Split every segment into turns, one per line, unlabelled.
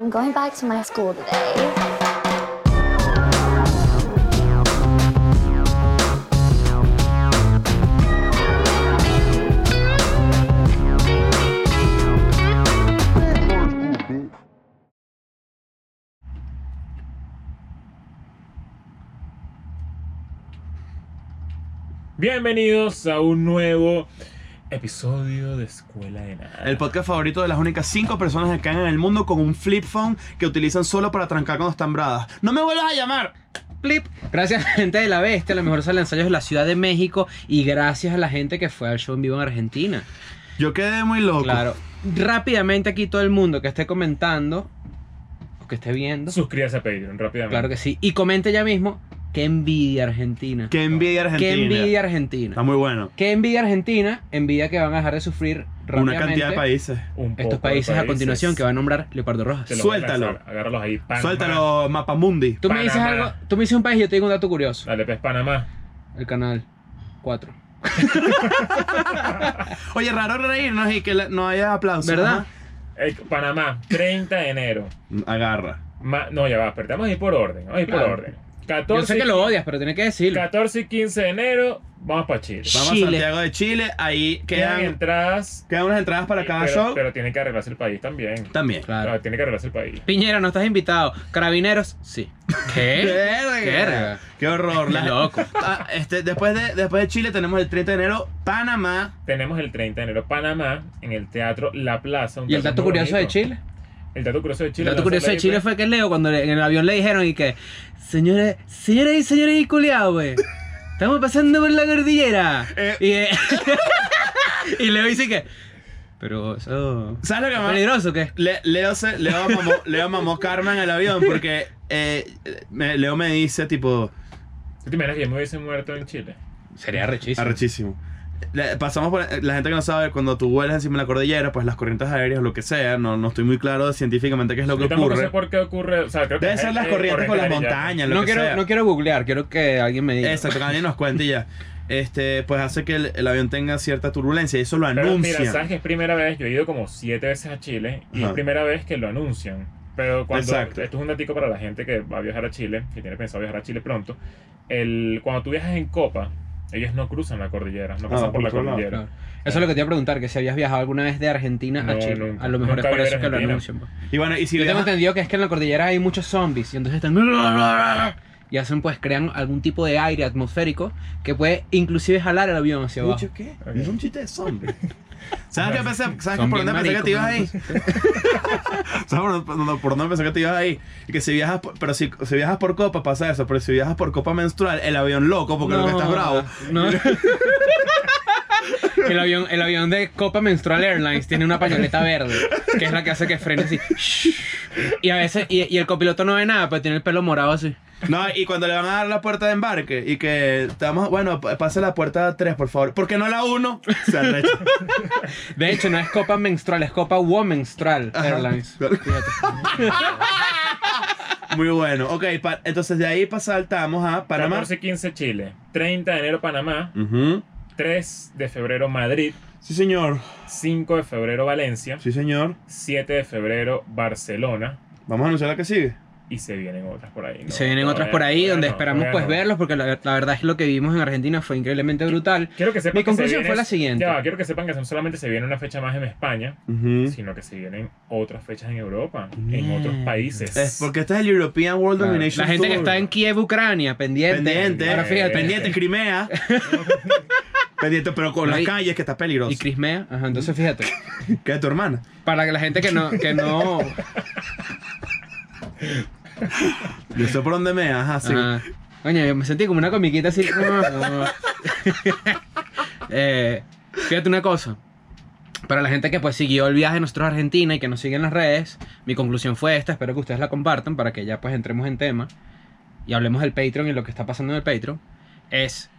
I'm going back to my school today.
Bienvenidos a un nuevo episodio de Escuela de Nada.
El podcast favorito de las únicas cinco personas que caen en el mundo con un flip phone que utilizan solo para trancar cuando están bravas. ¡No me vuelvas a llamar! ¡Flip!
Gracias a la gente de la bestia, a lo mejor sale ensayos de la Ciudad de México y gracias a la gente que fue al show en vivo en Argentina.
Yo quedé muy loco.
Claro. Rápidamente aquí todo el mundo que esté comentando o que esté viendo.
Suscríbase a Patreon rápidamente.
Claro que sí. Y comente ya mismo. Qué envidia Argentina.
¡Qué envidia Argentina!
Qué envidia
Está
Argentina.
muy bueno.
Qué envidia Argentina. Envidia que van a dejar de sufrir rápidamente.
Una cantidad de países.
Un poco
Estos
de
países a continuación que va a nombrar Leopardo Rojas.
Te los
Suéltalo.
voy a lanzar. Agárralos ahí. Panamá.
Suéltalo, Mapamundi.
Tú me dices
Panamá.
algo, tú me dices un país y yo te digo un dato curioso.
Dale, pues Panamá.
El canal 4.
Oye, raro reírnos y que la- no haya aplausos.
¿Verdad?
Eh, Panamá, 30 de enero.
Ajá. Agarra.
Ma- no, ya va, pero vamos a ir por orden. Vamos a ir por
Claro.
orden.
Yo
14,
sé que lo odias, pero tiene que decirlo.
14 y 15 de enero, vamos para Chile.
Vamos
Chile.
a Santiago de Chile. Ahí
Quedan
quedan,
entradas. eh,
quedan unas entradas para cada
pero,
show.
Pero tiene que arreglarse el país también. Ah,
También.
Claro.
Tiene que arreglarse el país.
Piñera, no estás invitado. Carabineros, sí. ¿Qué?
¡Verga! ¡Qué horror!
Qué
La-
loco.
Ah, este, después, de, después de Chile tenemos el 30 de enero Panamá.
Tenemos el 30 de enero Panamá en el Teatro La Plaza. un
¿Y el
teatro
dato
muy
curioso de
bonito.
Chile?
El dato curioso de
El
Chile.
dato curioso de
lanzó
Chile
la-
fue
pues.
que Leo, cuando le- en el avión le dijeron y que, señores, señores y señores y culiao, güey. Estamos pasando por la cordillera.
Eh.
Y, eh, y Leo dice que, pero eso.
¿Sabes lo que
¿Es
más?
peligroso o qué?
Le- Leo, se, Leo, mamó, Leo mamó karma en el avión porque eh, me- Leo me dice, tipo,
¿Tú te imaginas que yo me hubiese muerto en Chile?
Sería rechísimo.
arrechísimo. Le- pasamos por la gente que no sabe, cuando tú vuelas encima de la cordillera, pues las corrientes aéreas o lo que sea, no, no estoy muy claro de científicamente qué es lo que
Yo tampoco sé
ocurre.
por qué ocurre. O sea, creo que
Debe ser las
eh,
corrientes con las
de ella.
montañas, lo
No
que
quiero,
sea.
no quiero googlear, quiero que alguien me diga.
Exacto, que alguien nos cuente y ya. Este, pues hace que el, el avión tenga cierta turbulencia y eso lo
Pero
anuncia.
mira, sabes que es primera vez, yo he ido como siete veces a Chile y es
Ajá.
primera vez que lo anuncian. Pero cuando,
Exacto.
esto es un datico para la gente que va a viajar a Chile, que tiene pensado viajar a Chile pronto, el, cuando tú viajas en Copa, ellos no cruzan la cordillera, no
Ah,
pasan por
por
la
otro lado,
cordillera.
Claro. Eso es lo que te iba a preguntar, que si habías viajado alguna vez de Argentina a
No,
Chile.
nunca.
A lo mejor es
Nunca
por
viví en
eso que lo
Argentina.
anuncian. pues.
Y bueno, y si
Yo tengo
viajas-
entendido que es que en la cordillera hay muchos zombies y entonces están y hacen pues crean algún tipo de aire atmosférico que puede inclusive jalar el avión hacia abajo.
¿Mucho qué?
Ok.
Es un chiste de zombie. ¿Sabes qué pensé? ¿Sabes
Son
por
bien
dónde pensé que te ibas ahí?
maricos,
¿Sabes por, por- por dónde pensé que te ibas ahí? Que si viajas por, pero si, si viajas por copa pasa eso, pero si viajas por copa menstrual, el avión loco porque lo que estás bravo.
no. El avión, el avión de Copa Menstrual Airlines tiene una pañoleta verde, que es la que hace que frene así. Y a veces, y, y el copiloto no ve nada, pero tiene el pelo morado así.
No, y cuando le van a dar la puerta de embarque y que te vamos, bueno, p- pase la puerta 3, por favor. ¿Por qué no la 1? Se arrecha.
De hecho, no es Copa Menstrual, es Copa Womenstrual
Ajá.
Airlines.
Muy bueno. Ok, pa- entonces de ahí saltamos a Panamá.
14 y 15 Chile, 30 de enero Panamá,
Ujú.
3 de febrero Madrid,
Sí, señor.
5 de febrero Valencia,
Sí, señor.
7 de febrero Barcelona
Vamos a anunciar la que sigue.
y se vienen otras por ahí. ¿no?
Y se vienen otras
Todavía-
por ahí
todavía
donde
no,
esperamos
todavía
pues
no.
verlos porque la, la verdad es que lo que vivimos en Argentina fue increíblemente brutal.
Quiero que sepan
Mi
que se
conclusión
viene-
fue la siguiente.
Ya, va, quiero que sepan que no solamente se viene una fecha más en España,
Ujú.
sino que se vienen otras fechas en Europa, en
Mierda.
otros países.
Es porque este es el European World
Claro.
Domination
La gente que
Tour.
está en Kiev, Ucrania, pendiente. Eh.
pendiente,
Ahora fíjate.
pendiente, Crimea, pendiente, pero con
No,
las
y-
calles que está peligroso.
Y Crismea. Ajá, entonces fíjate.
¿Qué es tu hermana?
Para que la gente que no, que no.
Yo sé por dónde me, ajá, sí.
Ajá. Coño, yo me sentí como una comiquita así. Eh, fíjate una cosa. Para la gente que pues siguió el viaje de nosotros a Argentina y que nos sigue en las redes, mi conclusión fue esta, espero que ustedes la compartan para que ya pues entremos en tema y hablemos del Patreon y lo que está pasando en el Patreon, es...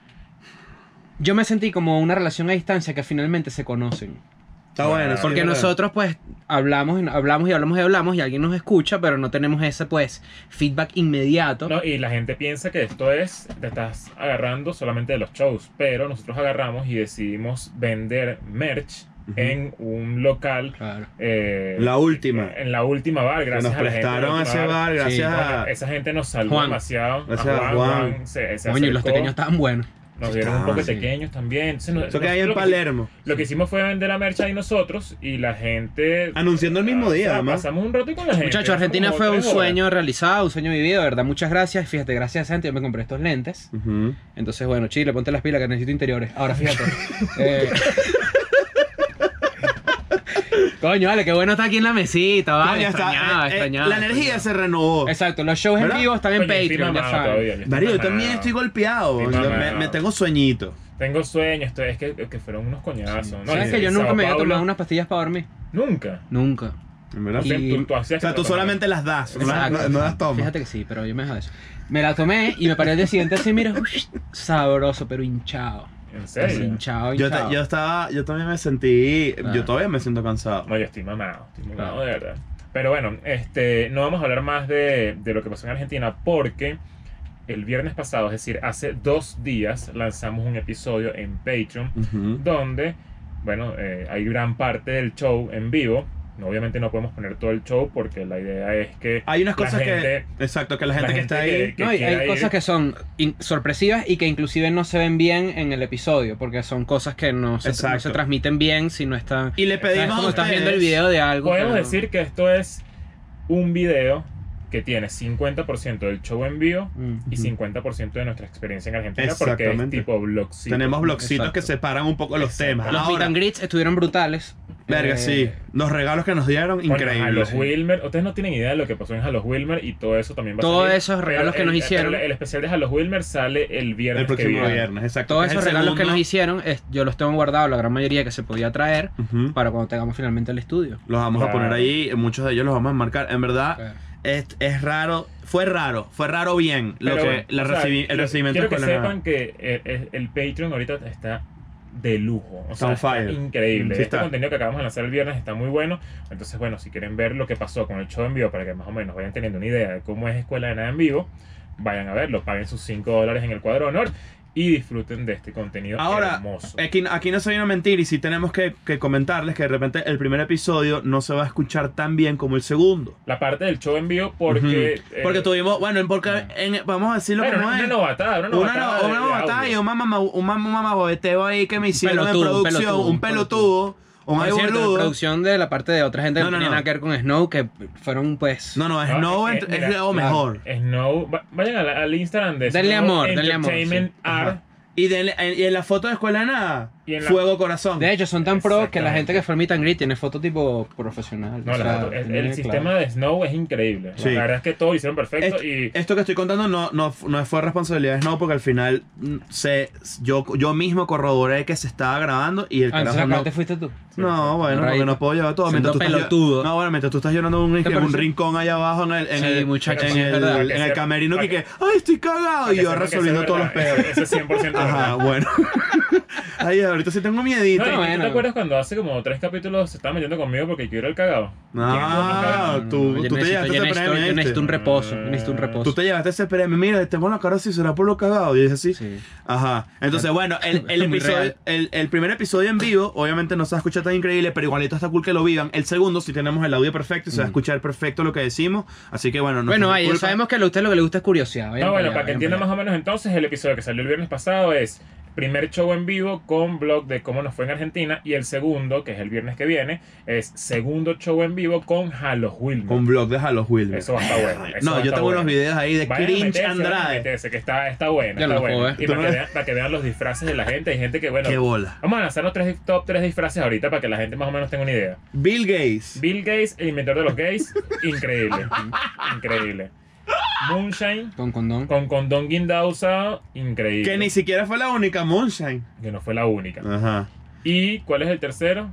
Yo me sentí como una relación a distancia que finalmente se conocen.
Está bueno, sí,
Porque
es verdad.
nosotros pues hablamos, y hablamos y hablamos y hablamos y alguien nos escucha, pero no tenemos ese pues feedback inmediato.
No, y la gente piensa que esto es, te estás agarrando solamente de los shows, pero nosotros agarramos y decidimos vender merch en un local.
Claro.
eh,
La última.
En la última bar,
Que
gracias
nos
a la gente de la
prestaron
última
ese bar,
Sí,
gracias a.
Bueno, esa gente nos salvó
Juan.
demasiado.
Gracias
A
a Juan.
se, se
Coño, y los
acercó,
pequeños estaban buenos.
Nos dieron un
Estaban,
poco de
sí.
pequeños también. Entonces, nos-
Eso que hay en
nosotros lo
Palermo.
Lo que hicimos fue vender la merch ahí nosotros y la gente.
Anunciando Ah, el mismo día,
O sea,
además.
Pasamos un rato con la gente.
Muchachos, Argentina
como
fue un
tres horas.
sueño realizado, un sueño vivido, de verdad. Muchas gracias. Fíjate, gracias a esa gente yo me compré estos lentes.
Ujú.
Entonces, bueno, Chile, ponte las pilas que necesito interiores. Ahora, fíjate. eh, Coño, vale, qué bueno está aquí en la mesita, vale.
Coño, está-
extrañaba,
eh, eh,
extrañaba.
La energía se renovó.
Exacto, los shows
¿Verdad?
en vivo están en
Coño, estoy
Patreon, ya
mamado
saben.
todavía, ya estoy
Darío, yo
mamado.
también estoy golpeado.
Sí,
Yo-
mamá,
me,
no.
me tengo sueñito.
Tengo sueños, esto- es que, que fueron unos coñazos. ¿no?
¿Sabes
Sí,
que yo
en
nunca
Sao
me había
Paulo,
tomado unas pastillas para dormir?
Nunca.
Nunca.
¿En ¿Verdad?
O sea,
Y-
tú, tú hacías
O sea,
que
tú
lo tomaras.
solamente las das, no, las- no-
Exacto.
no las tomas.
Fíjate que sí, pero yo me dejo de eso. Me la tomé y me paré el día siguiente así, mira, sabroso, pero hinchado.
¿En
Así,
serio?
hinchado,
Yo, ta-
hinchado.
yo estaba, yo también me sentí,
Ah.
yo todavía me siento cansado.
No, yo estoy mamado. Estoy mamado, de verdad. Pero bueno, este, no vamos a hablar más de, de lo que pasó en Argentina porque el viernes pasado, es decir, hace dos días, lanzamos un episodio en Patreon
Ujú.
donde, bueno, eh, hay gran parte del show en vivo. No, Obviamente no podemos poner todo el show porque la idea es que
Hay unas
La
cosas
gente-
que, exacto, que la gente
la
que
gente
está ahí,
que
No, y
queda
hay
ahí-
cosas que son in- sorpresivas y que inclusive no se ven bien en el episodio, porque son cosas que no se,
Exacto.
no se transmiten bien si no están...
y le
¿Sabes?
pedimos a
Como estás
ustedes-
viendo el video de algo.
podemos
pero-
decir que esto es un video que tiene 50% del show en vivo
Mm.
y
Ujú.
50% de nuestra experiencia en Argentina porque es
Exactamente.
tipo blogcito.
tenemos blogcitos
Exacto.
que separan un poco los
Exacto.
temas.
Los meet
Ahora,
and greets estuvieron brutales.
verga,
Eh,
sí, los regalos que nos dieron
Bueno, a
increíbles.
los Wilmer, ustedes no tienen idea de lo que pasó en Halos Wilmer y todo eso también va a
Todos
salir.
esos
Pero
regalos que
el-
nos hicieron.
El, el especial de Halos Wilmer sale el viernes.
el próximo
que viene.
viernes, exacto.
Todos
que es
esos
el
regalos que
segundo.
nos hicieron, es- yo los tengo guardados, la gran mayoría que se podía traer,
Ujú.
para cuando tengamos finalmente el estudio.
Los vamos a
Claro.
poner ahí, muchos de ellos los vamos a enmarcar. En verdad, es, es raro, fue raro, fue raro bien lo
Pero
que
bueno,
la
o sea,
recibi- el
quiero-
recibimiento
Quiero que
con la-
sepan que eh, eh, el, Patreon ahorita está de lujo. O
Está
sea,
on
está
fire.
increíble.
Sí
este
está.
contenido que acabamos de lanzar el viernes está muy bueno. Entonces, bueno, si quieren ver lo que pasó con el show en vivo, para que más o menos vayan teniendo una idea de cómo es Escuela de Nada en Vivo, vayan a verlo, paguen sus 5 dólares en el cuadro de honor y disfruten de este contenido
Ahora,
hermoso.
Aquí, aquí no se viene a mentir y sí tenemos que, que comentarles que de repente el primer episodio no se va a escuchar tan bien como el segundo.
La parte del show en vivo porque... eh,
Porque tuvimos, bueno, en- porque en- vamos a decirlo
bueno,
como
una,
es.
una novatada, una
Una,
novatada.
no-
de-
una
de
bobatada y
audio.
un mamá, un mamá, mamabobeteo ahí que me hicieron en
pelotudo, un
producción,
pelotudo,
un
un
pelotudo, un
Por
ahí
cierto, la
boludo.
producción de la parte de otra gente
No,
que
no,
no tenía
no.
nada que ver con Snow, que fueron pues...
No, no,
Ah,
Snow
eh,
es, es
mira,
lo
claro.
mejor.
Snow, va- vayan al, al Instagram de
Denle
Snow
amor, denle amor,
Entertainment
sí.
Art.
Ajá. Y, denle- en, y en la foto de escuela de nada,
Y en la-
fuego corazón.
De hecho, son tan pro que la
Exactamente.
gente que fue al meet and greet tiene foto tipo profesional.
No,
o
la-
sea,
el- el,
tiene claro.
sistema de Snow es increíble.
Sí.
La verdad es que todo lo hicieron perfecto
Esto-
y
Esto que estoy contando no, no, no fue responsabilidad de Snow porque al final mm, se, yo, yo mismo corroboré que se estaba grabando y el
Ah, entonces
carajo
acá
no.
te fuiste tú.
No, bueno, porque
Rayito.
no puedo llevar todo.
Siendo
Mientras tú estás-
pelotudo.
no, bueno, mientras tú estás llorando en un,
¿Te
en un
parece?
rincón allá abajo en el, en
Sí,
el,
muchachos,
en
sí,
el,
es verdad.
en el camerino que,
Para que-
que, ay, estoy cagado.
Para
Y
que
yo
sepan que
resolviendo
eso es
todos los
verdad,
pedos.
Eso eso es 100%
Ajá,
verdad.
bueno. Ay, ahorita sí tengo miedito.
No, no, ¿tú
bueno.
te acuerdas cuando hace como tres capítulos se estaba metiendo conmigo porque yo era el cagado?
Ah,
No,
tú,
yo
tú te
necesito-
llevaste
yo
ese
necesito-
premio.
Yo necesito un
¿viste?
reposo,
Eh,
yo necesito un reposo.
Tú te llevaste ese premio. Mira, tengo la cara así, será por lo cagado. Y yo dije así.
Sí.
Ajá. Entonces, bueno, el, el
Muy
episodio,
real.
el, el primer episodio en vivo, obviamente no se va a escuchar tan increíble, pero igualito está cool que lo vivan. El segundo, sí tenemos el audio perfecto y se va a
Mm.
escuchar perfecto lo que decimos. Así que, bueno, no
Bueno,
es
ahí
culpa.
sabemos que a usted lo que le gusta es curiosidad.
No, bueno, para que entiendan más o menos entonces, el episodio que salió el viernes pasado es primer show en vivo con blog de cómo nos fue en Argentina y el segundo, que es el viernes que viene, es segundo show en vivo con Halos Wilmer.
Con blog de Halo Wilmer.
Eso va a estar bueno. eso va
No,
a
yo
estar
tengo
bueno.
unos videos ahí de
Vayan a
Cringe
meterse, vayan a
Andrade.
meterse, que está, está bueno.
Ya
está
lo
bueno.
puedo ver.
Y
Tú
para
no
que,
ves.
vean, para que vean los disfraces de la gente. Hay gente que, bueno,
Qué bola.
Vamos a lanzar los tres, top 3 disfraces ahorita para que la gente más o menos tenga una idea.
Bill Gates.
Bill Gates, el inventor de los gays, increíble. Increíble. Moonshine,
Con condón.
con condón guinda usado, increíble.
Que ni siquiera fue la única Moonshine.
Que no fue la única.
Ajá.
¿Y cuál es el tercero?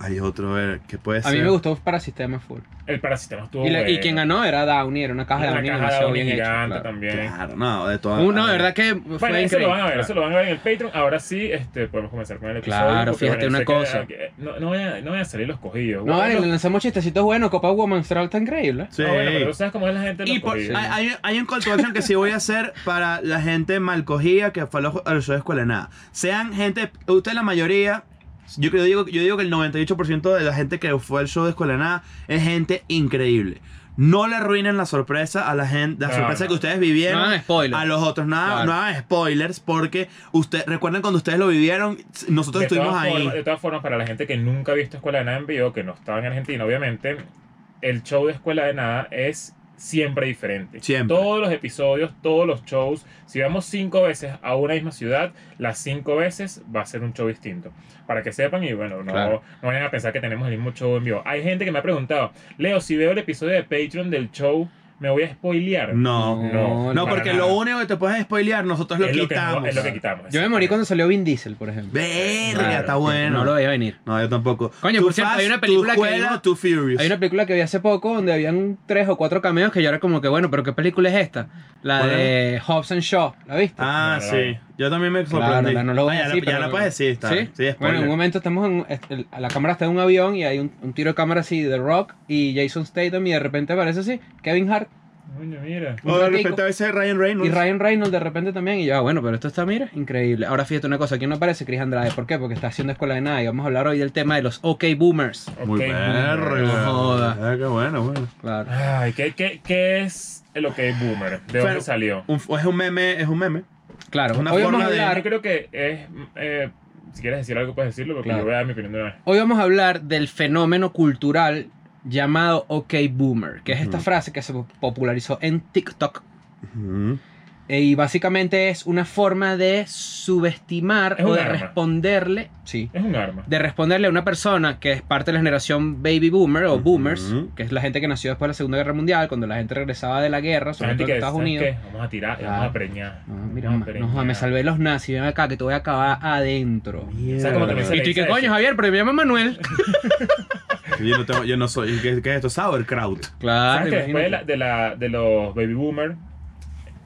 Hay otro, a ver, ¿qué puede ser?
A mí me gustó para sistema full.
El parasistema estuvo
Y, la- y
bueno.
quien ganó era Downey, era una caja de
Una
Downey
caja de
demasiado
Downy
bien hecha,
gigante
claro.
también.
Claro, no, de todas
Uno, de verdad que fue
Bueno,
increíble.
eso lo van a ver,
Claro.
eso lo van a ver en el Patreon. Ahora sí, este, podemos comenzar con el episodio.
Claro,
porque, bueno,
fíjate una
sé que-
cosa.
que- no, no, voy a, no voy a salir los cogidos.
No, vale,
Bueno,
le lanzamos chistecitos buenos. Copa Woman Star está increíble.
Sí.
ah, bueno, pero sabes cómo es la gente de los
Y por- Ah, hay,
cogidos.
hay, hay un call to action que sí voy a hacer para la gente mal cogida que fue a los, a los shows de escuela de nada. Sean gente, usted la mayoría Yo, creo- digo, yo digo que el 98% de la gente que fue al show de Escuela de Nada es gente increíble. No le arruinen la sorpresa a la gente, la
No,
sorpresa
no.
que ustedes vivieron.
No hagan spoilers.
A los otros, nada,
Claro.
no hagan spoilers porque usted, recuerden cuando ustedes lo vivieron, nosotros
de
estuvimos
todas
ahí.
formas- de todas formas, para la gente que nunca ha visto Escuela de Nada en vivo, que no estaba en Argentina, obviamente, el show de Escuela de Nada es siempre diferente.
Siempre.
Todos los episodios, todos los shows, si vamos cinco veces a una misma ciudad, las cinco veces va a ser un show distinto. Para que sepan y bueno, no,
Claro.
no vayan a pensar que tenemos el mismo show en vivo. Hay gente que me ha preguntado, Leo, si veo el episodio de Patreon del show, ¿me voy a spoilear?
No.
No,
No,
para
porque
nada.
lo único que te puedes spoilear, nosotros lo
es, lo que, no-
quitamos.
es lo que quitamos.
Yo me morí cuando salió Vin Diesel, por ejemplo.
Verga,
Claro,
está bueno.
No lo veía venir.
No, yo tampoco.
Coño,
Too
por cierto, hay una película
Too
que
Escuela,
vimos-
Too Furious.
Hay una película que vi hace poco donde habían tres o cuatro cameos que yo era como que, bueno, pero ¿qué película es esta? La
¿Cuál
de Hobbs and Shaw, ¿la viste?
Ah,
No, no,
sí. Yo también me
Claro,
sorprendí.
no, no lo voy
Ah, ya
a decir,
la, ya
pero-
la puedes decir, está.
¿Sí?
Sí,
bueno, en un
spoiler.
momento estamos en... este, el- la cámara está en un avión y hay un, un tiro de cámara así de Rock y Jason Statham y de repente aparece así Kevin Hart
Coño, mira.
un
O de
ratico.
repente a veces Ryan Reynolds.
y Ryan Reynolds de repente también y yo, ah, bueno, pero esto está, mira, increíble. Ahora fíjate una cosa, aquí no aparece Chris Andrade, ¿por qué? Porque está haciendo escuela de nada y vamos a hablar hoy del tema de los OK Boomers.
Muy
Ok,
verga.
No joda.
Ah, qué bueno, bueno.
Claro.
Ay, ¿qué, qué, qué es el OK Boomer? ¿De dónde
Pero-
salió?
Un- es un meme, es un meme.
Claro,
Una
hoy vamos a
forma de-
hablar...
Yo creo que es. eh, si quieres decir algo, puedes decirlo, porque
Claro.
yo voy a dar mi opinión de una vez.
Hoy vamos a hablar del fenómeno cultural llamado OK Boomer, que es esta
Ujú.
frase que se popularizó en TikTok. eh, Y básicamente es una forma de subestimar
Es
o
un
de
arma.
responderle, sí,
Es un arma.
de responderle a una persona que es parte de la generación baby boomer o boomers,
Ujú.
que es la gente que nació después de la Segunda Guerra Mundial, cuando la gente regresaba de la guerra,
La
sobre
gente
todo en
que
Estados
¿sabes
Unidos.
qué? Vamos a tirar, y
Claro.
vamos a preñar.
No, mira,
Vamos
ma-
a
no, joda, me salvé los nazis, ven acá que te voy a acabar adentro.
O sea, como también se
Y
le
tú, ¿y
dice
qué coño,
eso.
Javier? Pero me llama Manuel.
Yo no, tengo, yo no soy. ¿Qué, qué es esto? Sauerkraut.
Claro,
¿Sabes que después de,
imagínate.
la, de, la, de los baby boomer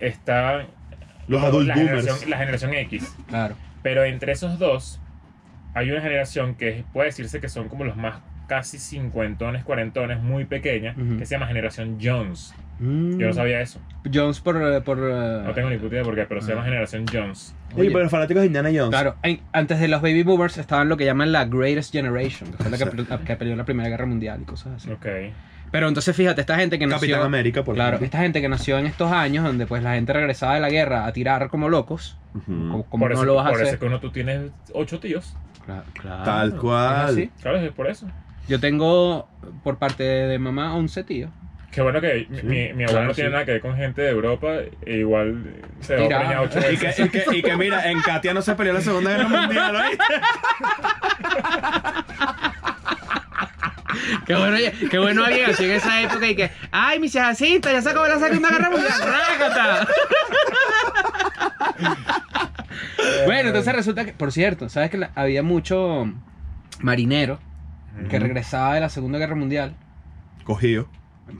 está
Los adult
la
boomers.
generación, la generación X?
Claro.
Pero entre esos dos, hay una generación que puede decirse que son como los más casi cincuentones, cuarentones, muy pequeña,
Ujú.
que se llama Generación Jones. Yo
Mm.
no sabía eso.
Jones por... eh, por eh,
No tengo ni puta idea por qué, pero se llama
Ah.
Generación Jones.
Oye,
Oye.
pero los fanáticos de Indiana Jones.
Claro, en- antes de los baby boomers estaban lo que llaman la Greatest Generation, que fue la que, la que peleó en la Primera Guerra Mundial y cosas así.
Ok.
Pero entonces fíjate, esta gente que nació...
Capitán América, por
Claro,
ejemplo.
esta gente que nació en estos años donde pues la gente regresaba de la guerra a tirar como locos, como,
Ujú.
como
por
no
eso,
lo vas a
por eso
hacer.
es que uno, tú tienes ocho tíos.
Claro, claro.
Tal
Es
cual.
así.
Claro, es por eso.
Yo tengo por parte de mamá 11 tíos.
Qué bueno que mi,
Sí.
mi, mi abuelo
Claro,
no tiene
sí.
nada que ver con gente de Europa. e igual se va a
Tira.
preñar ocho
Y que,
veces.
y que- y que mira, en Katia no se peleó la Segunda Guerra Mundial, ¿oíste?
Qué bueno, qué bueno alguien así en esa época y que, ay, mi Jacinta, ya se acabó la Segunda Guerra Mundial, rácata. bueno, entonces resulta que, por cierto, sabes que la- había mucho marinero que
Ujú.
regresaba de la Segunda Guerra Mundial,
Cogido.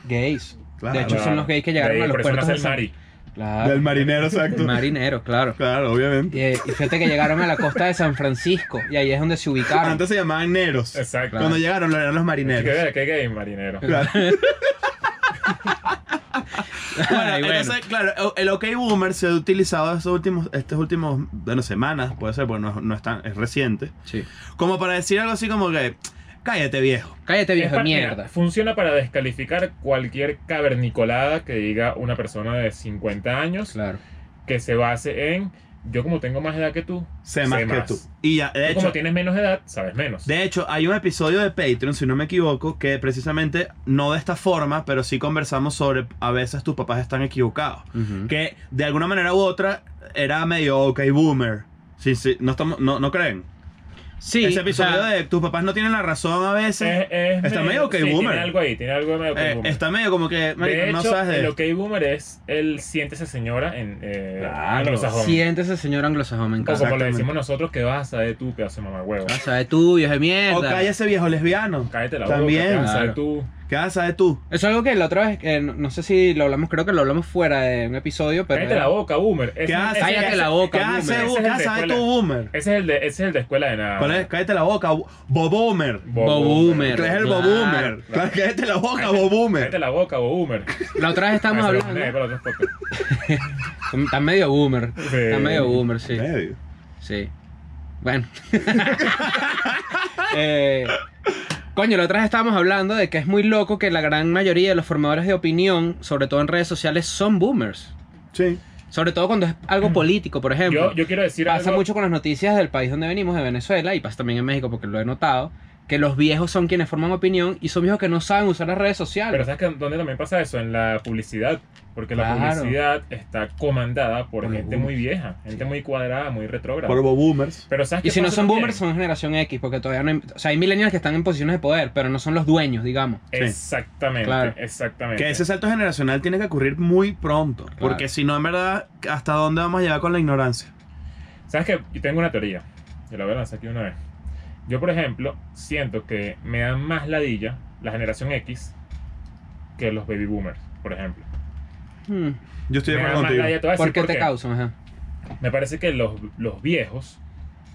gays.
Claro.
de hecho, son los gays que llegaron
De ahí,
a los
por eso
puertos
nace
de
el
San-
Mari.
Claro.
Del marinero, exacto.
El marinero, claro.
Claro, obviamente.
Y, eh, y fíjate que llegaron a la costa de San Francisco y ahí es donde se
Ah,
ubicaron.
Antes se llamaban Neros.
Exacto.
Cuando llegaron, lo eran los
¿Qué,
marineros.
qué, qué gay, marinero?
Claro. Bueno,
Ay, bueno.
entonces, claro, el OK Boomer se ha utilizado estos últimos, estas últimas, bueno, semanas, puede ser, porque no, es- no es tan, es reciente,
Sí.
como para decir algo así como que, cállate viejo.
Cállate,
Es
viejo,
pa-
de
mira,
mierda.
funciona para descalificar cualquier cavernicolada que diga una persona de 50 años
Claro.
que se base en yo como tengo más edad que tú,
Sé más
Sé
que
más.
tú. Y ya, de
tú
hecho,
como tienes menos edad, sabes menos.
de hecho, hay un episodio de Patreon, si no me equivoco, que precisamente, no de esta forma, pero sí conversamos sobre a veces tus papás están equivocados.
Ujú.
Que de alguna manera u otra era medio OK Boomer. Sí, sí, no, estamos, no, no creen.
Sí.
Ese
o
episodio
sea,
de tus papás no tienen la razón a veces.
Es- es
Está medio OK Boomer.
Tiene algo ahí, tiene algo de medio OK
Eh,
Boomer.
está medio como que marico,
de hecho,
no sabes de
el OK Boomer es el siéntese señora en eh,
Claro.
anglosajón.
Siéntese, señor anglosajón, me
o
encanta.
como le
Exactamente. Ah,
decimos nosotros, que vas a saber tú, pedazo de mamá huevo.
O sea, de tú, viejo de mierda.
O cállese viejo lesbiano.
Cállate la
También.
boca, que vas a
Claro.
saber tú.
¿Qué vas a saber tú?
Eso es algo que la otra vez, eh, no, no sé si lo hablamos, creo que lo hablamos fuera de un episodio, pero...
Cállate la boca, Boomer. Ese,
¿Qué haces?
ese-
Cállate
ese-
la boca,
¿Qué vas a
boomer.
Ese es
saber- qué
el
vas a
de
saber
escuela.
tú, boomer?
Ese es el de, ese es el de escuela de nada.
¿Cuál es? Cállate la boca, bo- boboomer.
Boboomer.
¿Qué es el
Claro,
boboomer?
claro.
Cállate la boca,
Cállate- Cállate
boboomer.
la boca, bo Boomer.
La otra vez estábamos
Ah, eso lo
hablando...
pones ahí para los otros podcasts.
Está medio boomer.
Sí.
Está medio boomer, sí.
Medio.
Sí. Bueno. Eh, coño, la otra vez estábamos hablando de que es muy loco que la gran mayoría de los formadores de opinión, sobre todo en redes sociales, son boomers.
Sí.
Sobre todo cuando es algo político, por ejemplo.
Yo, yo quiero decir
pasa
algo.
mucho con las noticias del país donde venimos, de Venezuela, y pasa también en México, porque lo he notado, que los viejos son quienes forman opinión y son viejos que no saben usar las redes
Pero
sociales.
¿sabes que, dónde también pasa eso? En la publicidad. Porque la
Claro.
publicidad está comandada por,
Por los
gente muy
boomers.
vieja, gente muy cuadrada, muy retrógrada.
Por boomers.
Pero ¿sabes
y
qué
si no
pasa
son
también?
boomers, son generación X, porque todavía no hay... O sea, hay millennials que están en posiciones de poder, pero no son los dueños, digamos.
Exactamente,
Claro.
exactamente.
Que ese salto generacional tiene que ocurrir muy pronto. Porque si no, en verdad, ¿hasta dónde vamos a llegar con la ignorancia?
¿Sabes qué? Yo tengo una teoría. Yo la voy a lanzar aquí una vez. Yo, por ejemplo, siento que me dan más ladilla la generación X que los baby boomers, por ejemplo.
Hmm.
Yo estoy de
me
acuerdo
dan más
contigo.
ladilla. Te voy a decir
¿Por qué te
Ah, qué.
causan? Ajá.
Me parece que los, los viejos,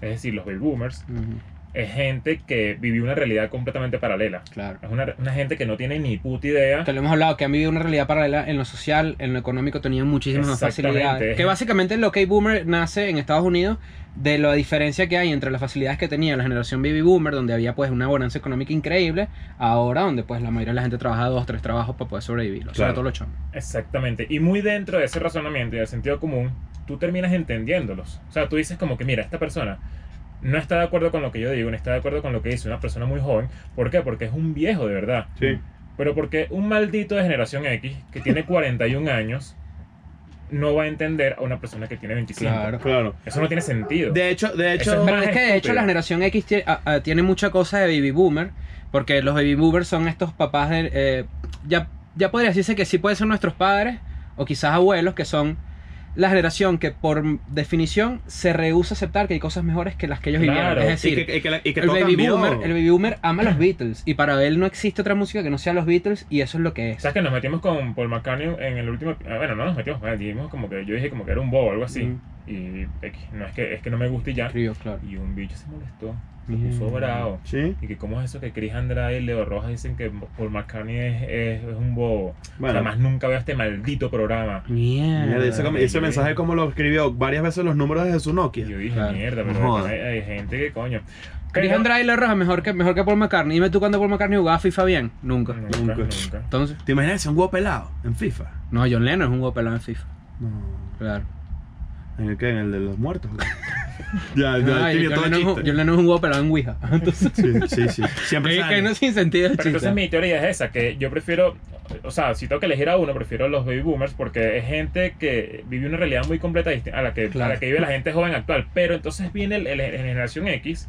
es decir, los baby boomers,
Ujú,
es gente que vivió una realidad completamente paralela.
Claro.
Es una, una gente que no tiene ni puta idea.
Que lo hemos hablado, que han vivido una realidad paralela en lo social, en lo económico, tenían muchísimas más
Exactamente.
facilidades. Que básicamente lo que Boomer nace en Estados Unidos de la diferencia que hay entre las facilidades que tenía la generación Baby Boomer, donde había pues una bonanza económica increíble, ahora donde pues la mayoría de la gente trabaja dos, tres trabajos para poder sobrevivir, sobre
Claro.
todo los chamos.
Exactamente. Y muy dentro de ese razonamiento y del sentido común, tú terminas entendiéndolos. O sea, tú dices como que, mira, esta persona no está de acuerdo con lo que yo digo, no está de acuerdo con lo que dice una persona muy joven. ¿Por qué? Porque es un viejo de verdad.
Sí.
Pero porque un maldito de generación X, que tiene 41 años, no va a entender a una persona que tiene 25.
Claro.
Claro.
Eso no tiene sentido.
De hecho, de
Eso
hecho,
es
Pero
más
es que de hecho
estúpido.
la generación X tie- a- a- tiene, mucha cosa de baby boomer, porque los baby boomers son estos papás de... eh, ya, ya podría decirse que sí pueden ser nuestros padres o quizás abuelos, que son la generación que por m- definición se rehúsa a aceptar que hay cosas mejores que las que ellos vivieron.
Claro,
Es
y
decir,
que, y que la- y que
el,
todo
baby
cambió.
boomer, el baby boomer ama los Beatles y para él no existe otra música que no sea los Beatles y eso es lo que es.
¿Sabes que nos metimos con Paul McCartney en el último... ah, Bueno, no nos metimos, ah, dijimos como que yo dije como que era un bobo o algo así.
Mm.
Y X, no es que, es que no me guste y ya.
Escribió, claro.
Y un bicho se molestó, se
Mierda.
puso bravo.
Sí.
Y que cómo es eso que Chris Andrade y Leo Rojas dicen que Paul McCartney es, es- es un bobo.
Bueno.
Además nunca veo este maldito programa.
Mierda,
Mierda.
ese, com- ese mensaje como lo escribió varias veces los números de su
Y
Nokia.
yo dije,
Claro.
mierda, pero
Joda.
hay, hay gente que coño.
Chris
Pero-
Andrade y La Roja mejor que, mejor que Paul McCartney. Dime tú cuando Paul McCartney jugaba a FIFA bien. Nunca.
Nunca,
Nunca.
nunca.
Entonces...
¿Te imaginas un huevo pelado en FIFA?
No, John Lennon es un huevo pelado en FIFA.
No.
Claro.
¿En el que? ¿En el de los muertos? güey? ya, ya,
Ay,
tiene
Ah,
todo
John, Lennon, es un-
chiste.
John Lennon es un huevo pelado en Ouija. Entonces,
Sí, sí, sí. Siempre
que, que
sale.
no sin sentido el
Pero entonces
chiste.
mi teoría es esa, que yo prefiero, o sea, si tengo que elegir a uno, prefiero los baby boomers porque es gente que vive una realidad muy completa disti- a la que, a la
Claro.
que vive la gente joven actual. Pero entonces viene el, el- la generación X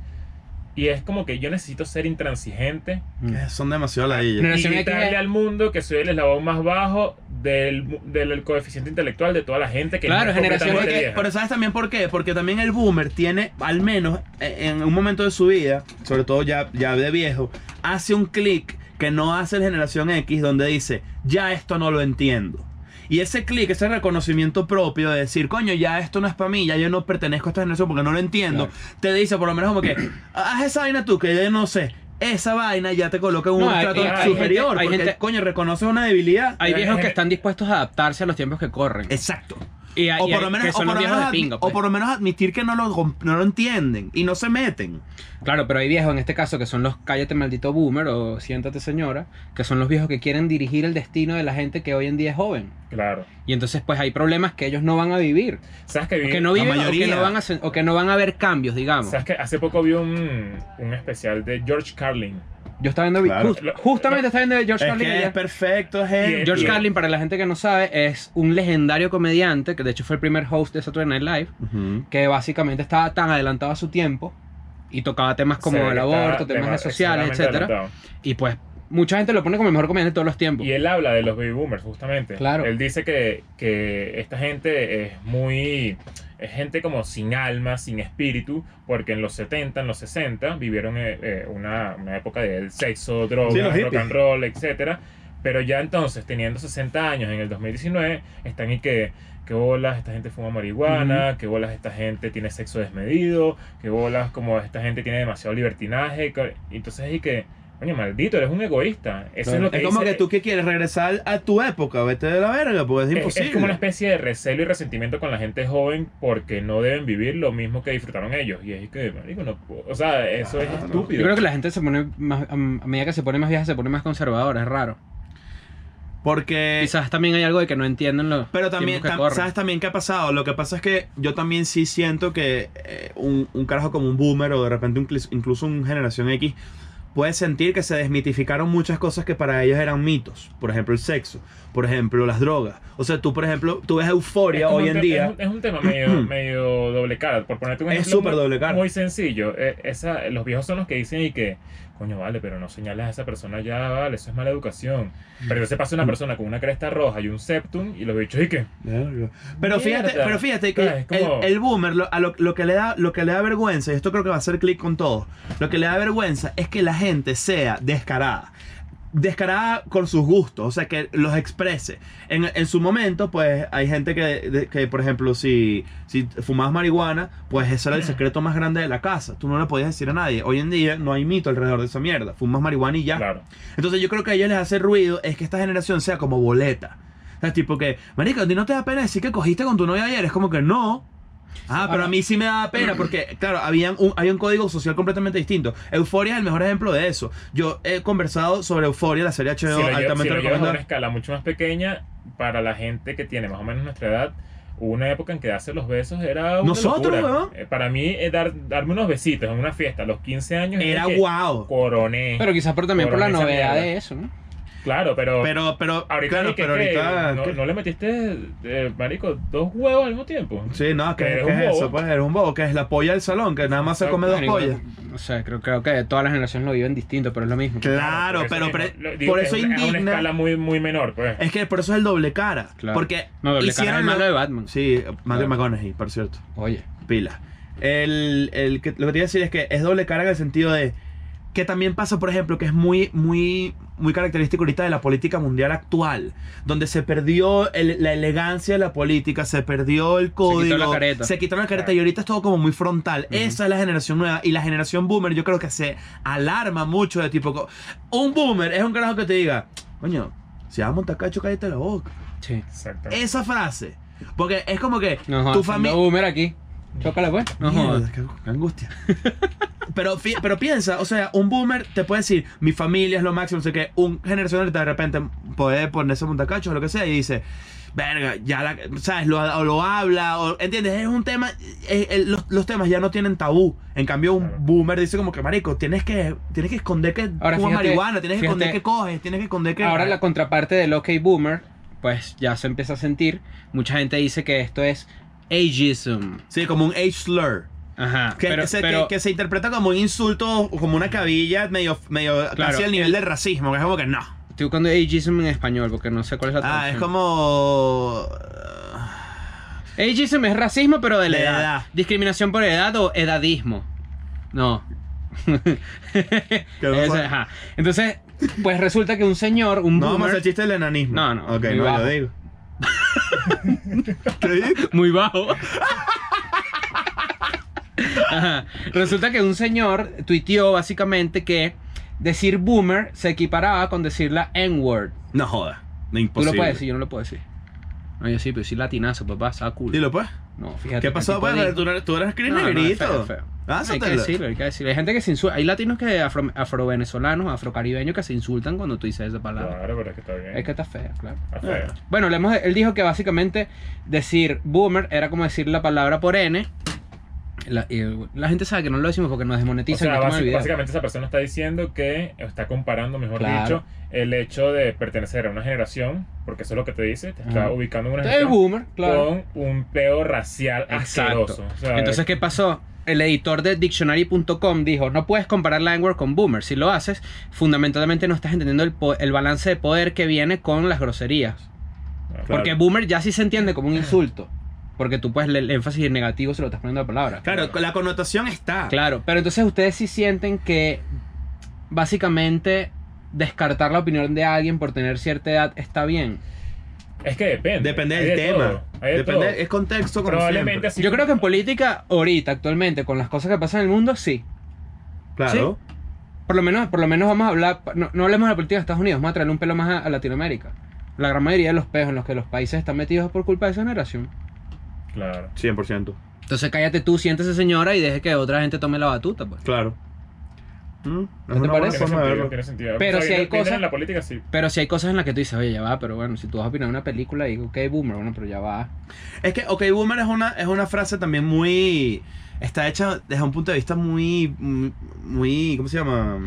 y es como que yo necesito ser intransigente
Mm.
Eh, Son demasiado ladillas.
Pero
y
se ve que-
gritarle al mundo que soy el eslabón más bajo del, mu- del coeficiente intelectual de toda la gente que
Claro,
es
generación
completamente
X,
vieja.
Pero ¿sabes también por qué? Porque también el boomer tiene, al menos eh, en un momento de su vida, sobre todo ya, ya de viejo, hace un clic que no hace la generación X donde dice, ya esto no lo entiendo. Y ese clic, ese reconocimiento propio de decir, coño, ya esto no es para mí, ya yo no pertenezco a esta generación porque no lo entiendo, te dice por lo menos como que, haz esa vaina tú, que yo no sé. Esa vaina ya te coloca en un
No, hay-
trato
hay- hay
superior.
gente- hay
porque,
gente-
coño, reconoce una debilidad.
Hay
Pero
viejos
es-
que están dispuestos a adaptarse a los tiempos que corren.
Exacto.
Y, hay-
O
y
por,
hay-
lo
que
menos, o
son
por
los
lo
viejos
menos
de
admi-
pinga.
o
pues.
por lo menos admitir que no lo, com- no lo entienden y no se meten.
Claro, pero hay viejos en este caso que son los cállate maldito boomer o siéntate señora, que son los viejos que quieren dirigir el destino de la gente que hoy en día es joven.
Claro.
Y entonces pues hay problemas que ellos no van a vivir.
¿Sabes que,
O
vi-
que no viven o que
mayoría.
no, van a, sen- o que no van a ver cambios, digamos.
¿Sabes que hace poco vi un, un especial de George Carlin?
Yo estaba viendo...
Claro.
just- justamente estaba viendo George
Es
Carlin
que
allá.
es perfecto
Pues, Y
ejemplo.
es-
George
Bien.
Carlin, para la gente que no sabe, es un legendario comediante, que de hecho fue el primer host de Saturday Night Live,
Ujú.
que básicamente estaba tan adelantado a su tiempo y tocaba temas como
Se ve
el
que
aborto,
está dema-
temas sociales,
extremadamente
etcétera.
adelantado.
Y pues mucha gente lo pone como el mejor comediante de todos los tiempos.
Y él habla de los baby boomers, justamente.
Claro.
Él dice que, que esta gente es muy. Es gente como sin alma, sin espíritu, porque en los 70, en los 60 vivieron eh, eh, una, una época de sexo, drogas,
Sí, los
rock
hippies.
and roll, etcétera. Pero ya entonces, teniendo 60 años en el 2019, están y que. Que bolas, esta gente fuma marihuana, que bolas, esta gente tiene sexo desmedido, que bolas, como esta gente tiene demasiado libertinaje. que- Entonces, y que Coño, maldito, eres un egoísta. Eso es lo que
es como
dice-
que tú que quieres regresar a tu época, vete de la verga, porque es
es-
imposible.
Es como una especie de recelo y resentimiento con la gente joven porque no deben vivir lo mismo que disfrutaron ellos. Y es que, marico, no puedo- O sea, eso es
Claro.
estúpido.
Yo creo que la gente se pone más, a a medida que se pone más vieja, se pone más conservadora, es raro.
Porque.
Quizás también hay algo de que no entienden los
Eh, Pero también,
tiempos que
tam-
corren.
¿sabes también qué ha pasado? Lo que pasa es que yo también sí siento que eh, un, un carajo como un boomer o de repente un clis- incluso un generación X puede sentir que se desmitificaron muchas cosas que para ellos eran mitos. Por ejemplo, el sexo. Por ejemplo, las drogas. O sea, tú, por ejemplo, tú ves
Es
euforia
como
hoy
un
en
te- Es
día.
un, es un tema medio, medio doble cara. Por ponerte un
Es
ejemplo
súper
muy-
doble cara.
Muy sencillo. Eh, esa- los viejos son los que dicen y que, coño, vale, pero no señales a esa persona ya, vale, eso es mala educación. Pero se
Mm.
pasa una persona con una cresta roja y un septum y los bichos y que.
Verga. Pero fíjate,
Mierda.
pero fíjate que
Es como-
el, el boomer lo, a lo, lo que le da, lo que le da vergüenza, y esto creo que va a hacer clic con todo, lo que le da vergüenza es que la gente sea descarada. Descarada con sus gustos, o sea, que los exprese. En, en su momento, pues hay gente que, de- que por ejemplo, si, si fumabas marihuana, pues eso era el secreto más grande de la casa. Tú no le podías decir a nadie. Hoy en día no hay mito alrededor de esa mierda. Fumas marihuana y ya.
Claro.
Entonces yo creo que a ellos les hace ruido es que esta generación sea como boleta. O sea, tipo que, marico, ¿a ti no te da pena decir que cogiste con tu novia ayer? Es como que no. Ah, pero a mí sí me daba pena porque, claro, había un, había un código social completamente distinto. Euforia es el mejor ejemplo de eso. Yo he conversado sobre Euforia, la serie HBO
si lo, lle- si
altamente
lo llevas a una
recomendada.
escala mucho más pequeña, para la gente que tiene más o menos nuestra edad, hubo una época en que darse los besos era una
Nosotros,
locura.
weón.
Eh, Para mí, eh, dar, darme unos besitos en una fiesta a los 15 años
Era
este. que
guau.
Coroné.
Pero quizás por, también por la
Corona esa
novedad
mierda.
de eso, ¿no?
claro, pero,
Pero, pero,
ahorita
claro,
ni que-
pero
que
ahorita...
no,
¿qué?
no le metiste, eh, marico, dos huevos al mismo tiempo.
Sí, no, que,
Eres
que
un
es eso,
bobo.
pues, eres un bobo, que es la polla del salón, que nada más se come dos
Bueno, igual,
pollas.
No sé, creo, creo que todas las generaciones lo viven distinto, pero es lo mismo.
Claro,
por
pero,
eso
pre-
mismo. Lo-
por,
digo,
eso
es una- Es una
indigna...
escala muy, muy menor, pues.
Es que por eso es el doble cara.
Claro.
Porque
No, doble cara es el
lo-
malo de Batman.
Sí, Matthew
Claro.
McConaughey, por cierto.
Oye,
Pila. El, el que- lo que te iba a decir es que es doble cara en el sentido de que también pasa, por ejemplo, que es muy, muy, muy característico ahorita de la política mundial actual, donde se perdió el- la elegancia de la política, se perdió el código,
la careta.
se quitaron la careta
Claro.
y ahorita es todo como muy frontal.
Ujú.
Esa es la generación nueva y la generación boomer yo creo que se alarma mucho de tipo, co- un boomer es un carajo que te diga, coño, si vas a montar cacho, cállate la boca.
sí.
Exacto.
Esa frase, porque es como que
No jodas,
tu
tu
familia...
boomer aquí. Chócala, pues. No
Mierda,
jodas.
qué, qué angustia. pero, fi- pero piensa, o sea, un boomer te puede decir, mi familia es lo máximo, no sé qué. Un generacional de repente puede ponerse montacachos o lo que sea y dice, verga, ya la. ¿Sabes? Lo, o lo habla, o, ¿entiendes? Es un tema. eh, eh, los, los temas ya no tienen tabú. En cambio, un
Claro.
boomer dice, como que, marico, tienes que, tienes que esconder que
Ahora,
fumas
fíjate-
marihuana, tienes que esconder
fíjate-
que coges, tienes que esconder que.
Ahora la contraparte del OK Boomer, pues ya se empieza a sentir. Mucha gente dice que esto es ageism.
Sí, como un age slur.
Ajá.
Que,
pero,
que se,
pero-
que, que se interpreta como un insulto, o como una cabilla medio, medio
Claro.
casi al nivel del racismo, que es como que no.
Estoy buscando ageism en español porque no sé cuál es la
Ah,
traducción.
es como.
Ageism es racismo, pero de la
De
edad.
edad.
Discriminación por edad o edadismo. No.
no
Eso,
fue-
ajá. Entonces, pues resulta que un señor, un
No vamos a
boomer,
hacer chiste del enanismo.
No, no,
Ok,
muy
no
bajo.
lo digo. ¿Qué dices?
muy bajo. Ajá. Resulta que un señor tuiteó básicamente que decir boomer se equiparaba con decir la N-word.
No joda. No,
Tú
imposible.
lo puedes decir, yo no lo puedo decir. No, yo sí, pero sí latinazo, papá, estaba cool.
Dilo pues.
No, fíjate.
¿Qué
que el
pasó?
tipo
Pues,
dijo-
tú, no- tú eres Ah, gris
No, no, es
negrito.
feo, es feo. Hay que
Lánzatelo.
decirlo, hay que decirlo. Hay gente que se insulta. Hay latinos que afro- afrovenezolanos, afrocaribeños que se insultan cuando tú dices esa palabra.
Claro, pero es que está bien.
Es que está fea, claro.
Está feo.
Ah.
Bueno, hablemos de- él dijo que básicamente decir boomer era como decir la palabra por N. La, y eh, la gente sabe que no lo decimos porque nos
O sea,
desmonetizan. y nos toman el
basi-
video.
básicamente esa persona está diciendo que, o está comparando, mejor
Claro.
dicho, el hecho de pertenecer a una generación, porque eso es lo que te dice, te está
Ajá.
ubicando en una
Entonces, el
generación
boomer, claro.
con un peo racial
Exacto.
asqueroso. O sea,
Entonces, ¿qué pasó? El editor de dictionary.com dijo, no puedes comparar Langword con Boomer. Si lo haces, fundamentalmente no estás entendiendo el, po- el balance de poder que viene con las groserías.
claro.
Porque boomer ya sí se entiende como un insulto. Porque tú pues el énfasis en negativo se lo estás poniendo a la palabra.
Claro, la connotación está.
Ah. Claro, pero entonces ustedes sí sienten que básicamente descartar la opinión de alguien por tener cierta edad está bien.
es que depende.
Depende
hay
del
de
tema.
todo, hay de todo.
Depende, es contexto como
Probablemente
siempre.
así.
Yo creo que en política ahorita, actualmente, con las cosas que pasan en el mundo, sí.
Claro.
Por lo menos, por lo menos vamos a hablar, no, no hablemos de la política de Estados Unidos, vamos a traerle un pelo más a, a Latinoamérica. La gran mayoría de los peos en los que los países están metidos es por culpa de esa generación.
Claro.
100%.
Entonces cállate tú, siéntese señora y deje que otra gente tome la batuta, pues.
Claro. Mm,
¿No
es
te
una buena
parece?
Tiene
forma de
sentido,
verlo.
tiene sentido.
Pero si hay
viendo- viendo
cosas-
En la política sí.
Pero si hay cosas en las que tú dices, oye, ya va, pero bueno, si tú vas a opinar de una película, digo, ok, boomer, bueno, pero ya va.
Es que OK Boomer es una, es una frase también muy... Está hecha desde un punto de vista muy... Muy... ¿Cómo se llama?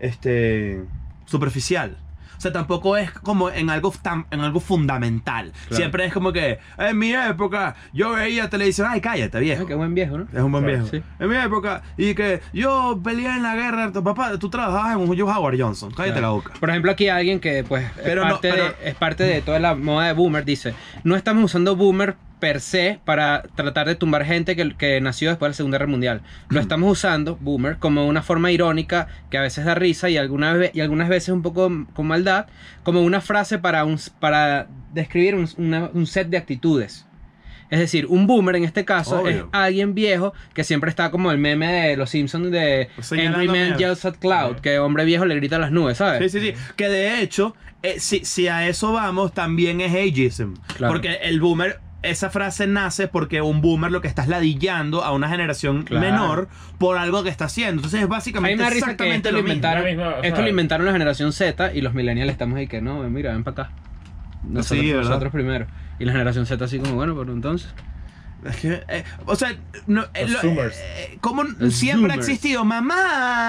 Este... Superficial. O sea, tampoco es como en algo, tan, en algo fundamental.
Claro.
Siempre es como que... "Eh, En mi época yo veía televisión. Ay, cállate,
Ay,
viejo.
Ah, qué buen viejo, ¿no?
Es un buen
Claro,
viejo.
sí.
En mi época, y que yo peleé en la guerra, tu papá, tú trabajabas en un Howard Johnson. Cállate
Claro.
la boca.
Por ejemplo, aquí alguien que pues
Pero
es,
no,
parte
pero-
de, es parte de toda la moda de boomer dice, no estamos usando boomer per se para tratar de tumbar gente que, que nació después de la Segunda Guerra Mundial. Lo estamos usando, boomer, como una forma irónica que a veces da risa y, alguna ve- y algunas veces un poco con maldad, como una frase para, un, para describir un, una- un set de actitudes. Es decir, un boomer en este caso es
Obvio.
alguien viejo que siempre está como el meme de los Simpsons de
Señalando
Angry Man
mierda.
Yells at Cloud, que hombre viejo le grita a las nubes, ¿sabes?
Sí, sí, sí. Que de hecho, eh, si, si a eso vamos, también es ageism.
Claro.
Porque el boomer, esa frase nace porque un boomer lo que está es ladillando a una generación
Claro.
menor por algo que está haciendo. Entonces es
A mí
básicamente
me da risa que
exactamente
esto lo,
lo mismo.
inventaron,
La misma, o
esto
sea-
lo inventaron la generación Z y los millennials estamos ahí que no, ven, mira, ven para acá. Nosotros,
Sí, ¿verdad?
nosotros primero. Y la generación Z así como, bueno, pero entonces.
Es que, eh, o sea, no, eh,
Los
lo-
zoomers.
eh, ¿cómo
Los
siempre ha
zoomers.
existido? Mamá,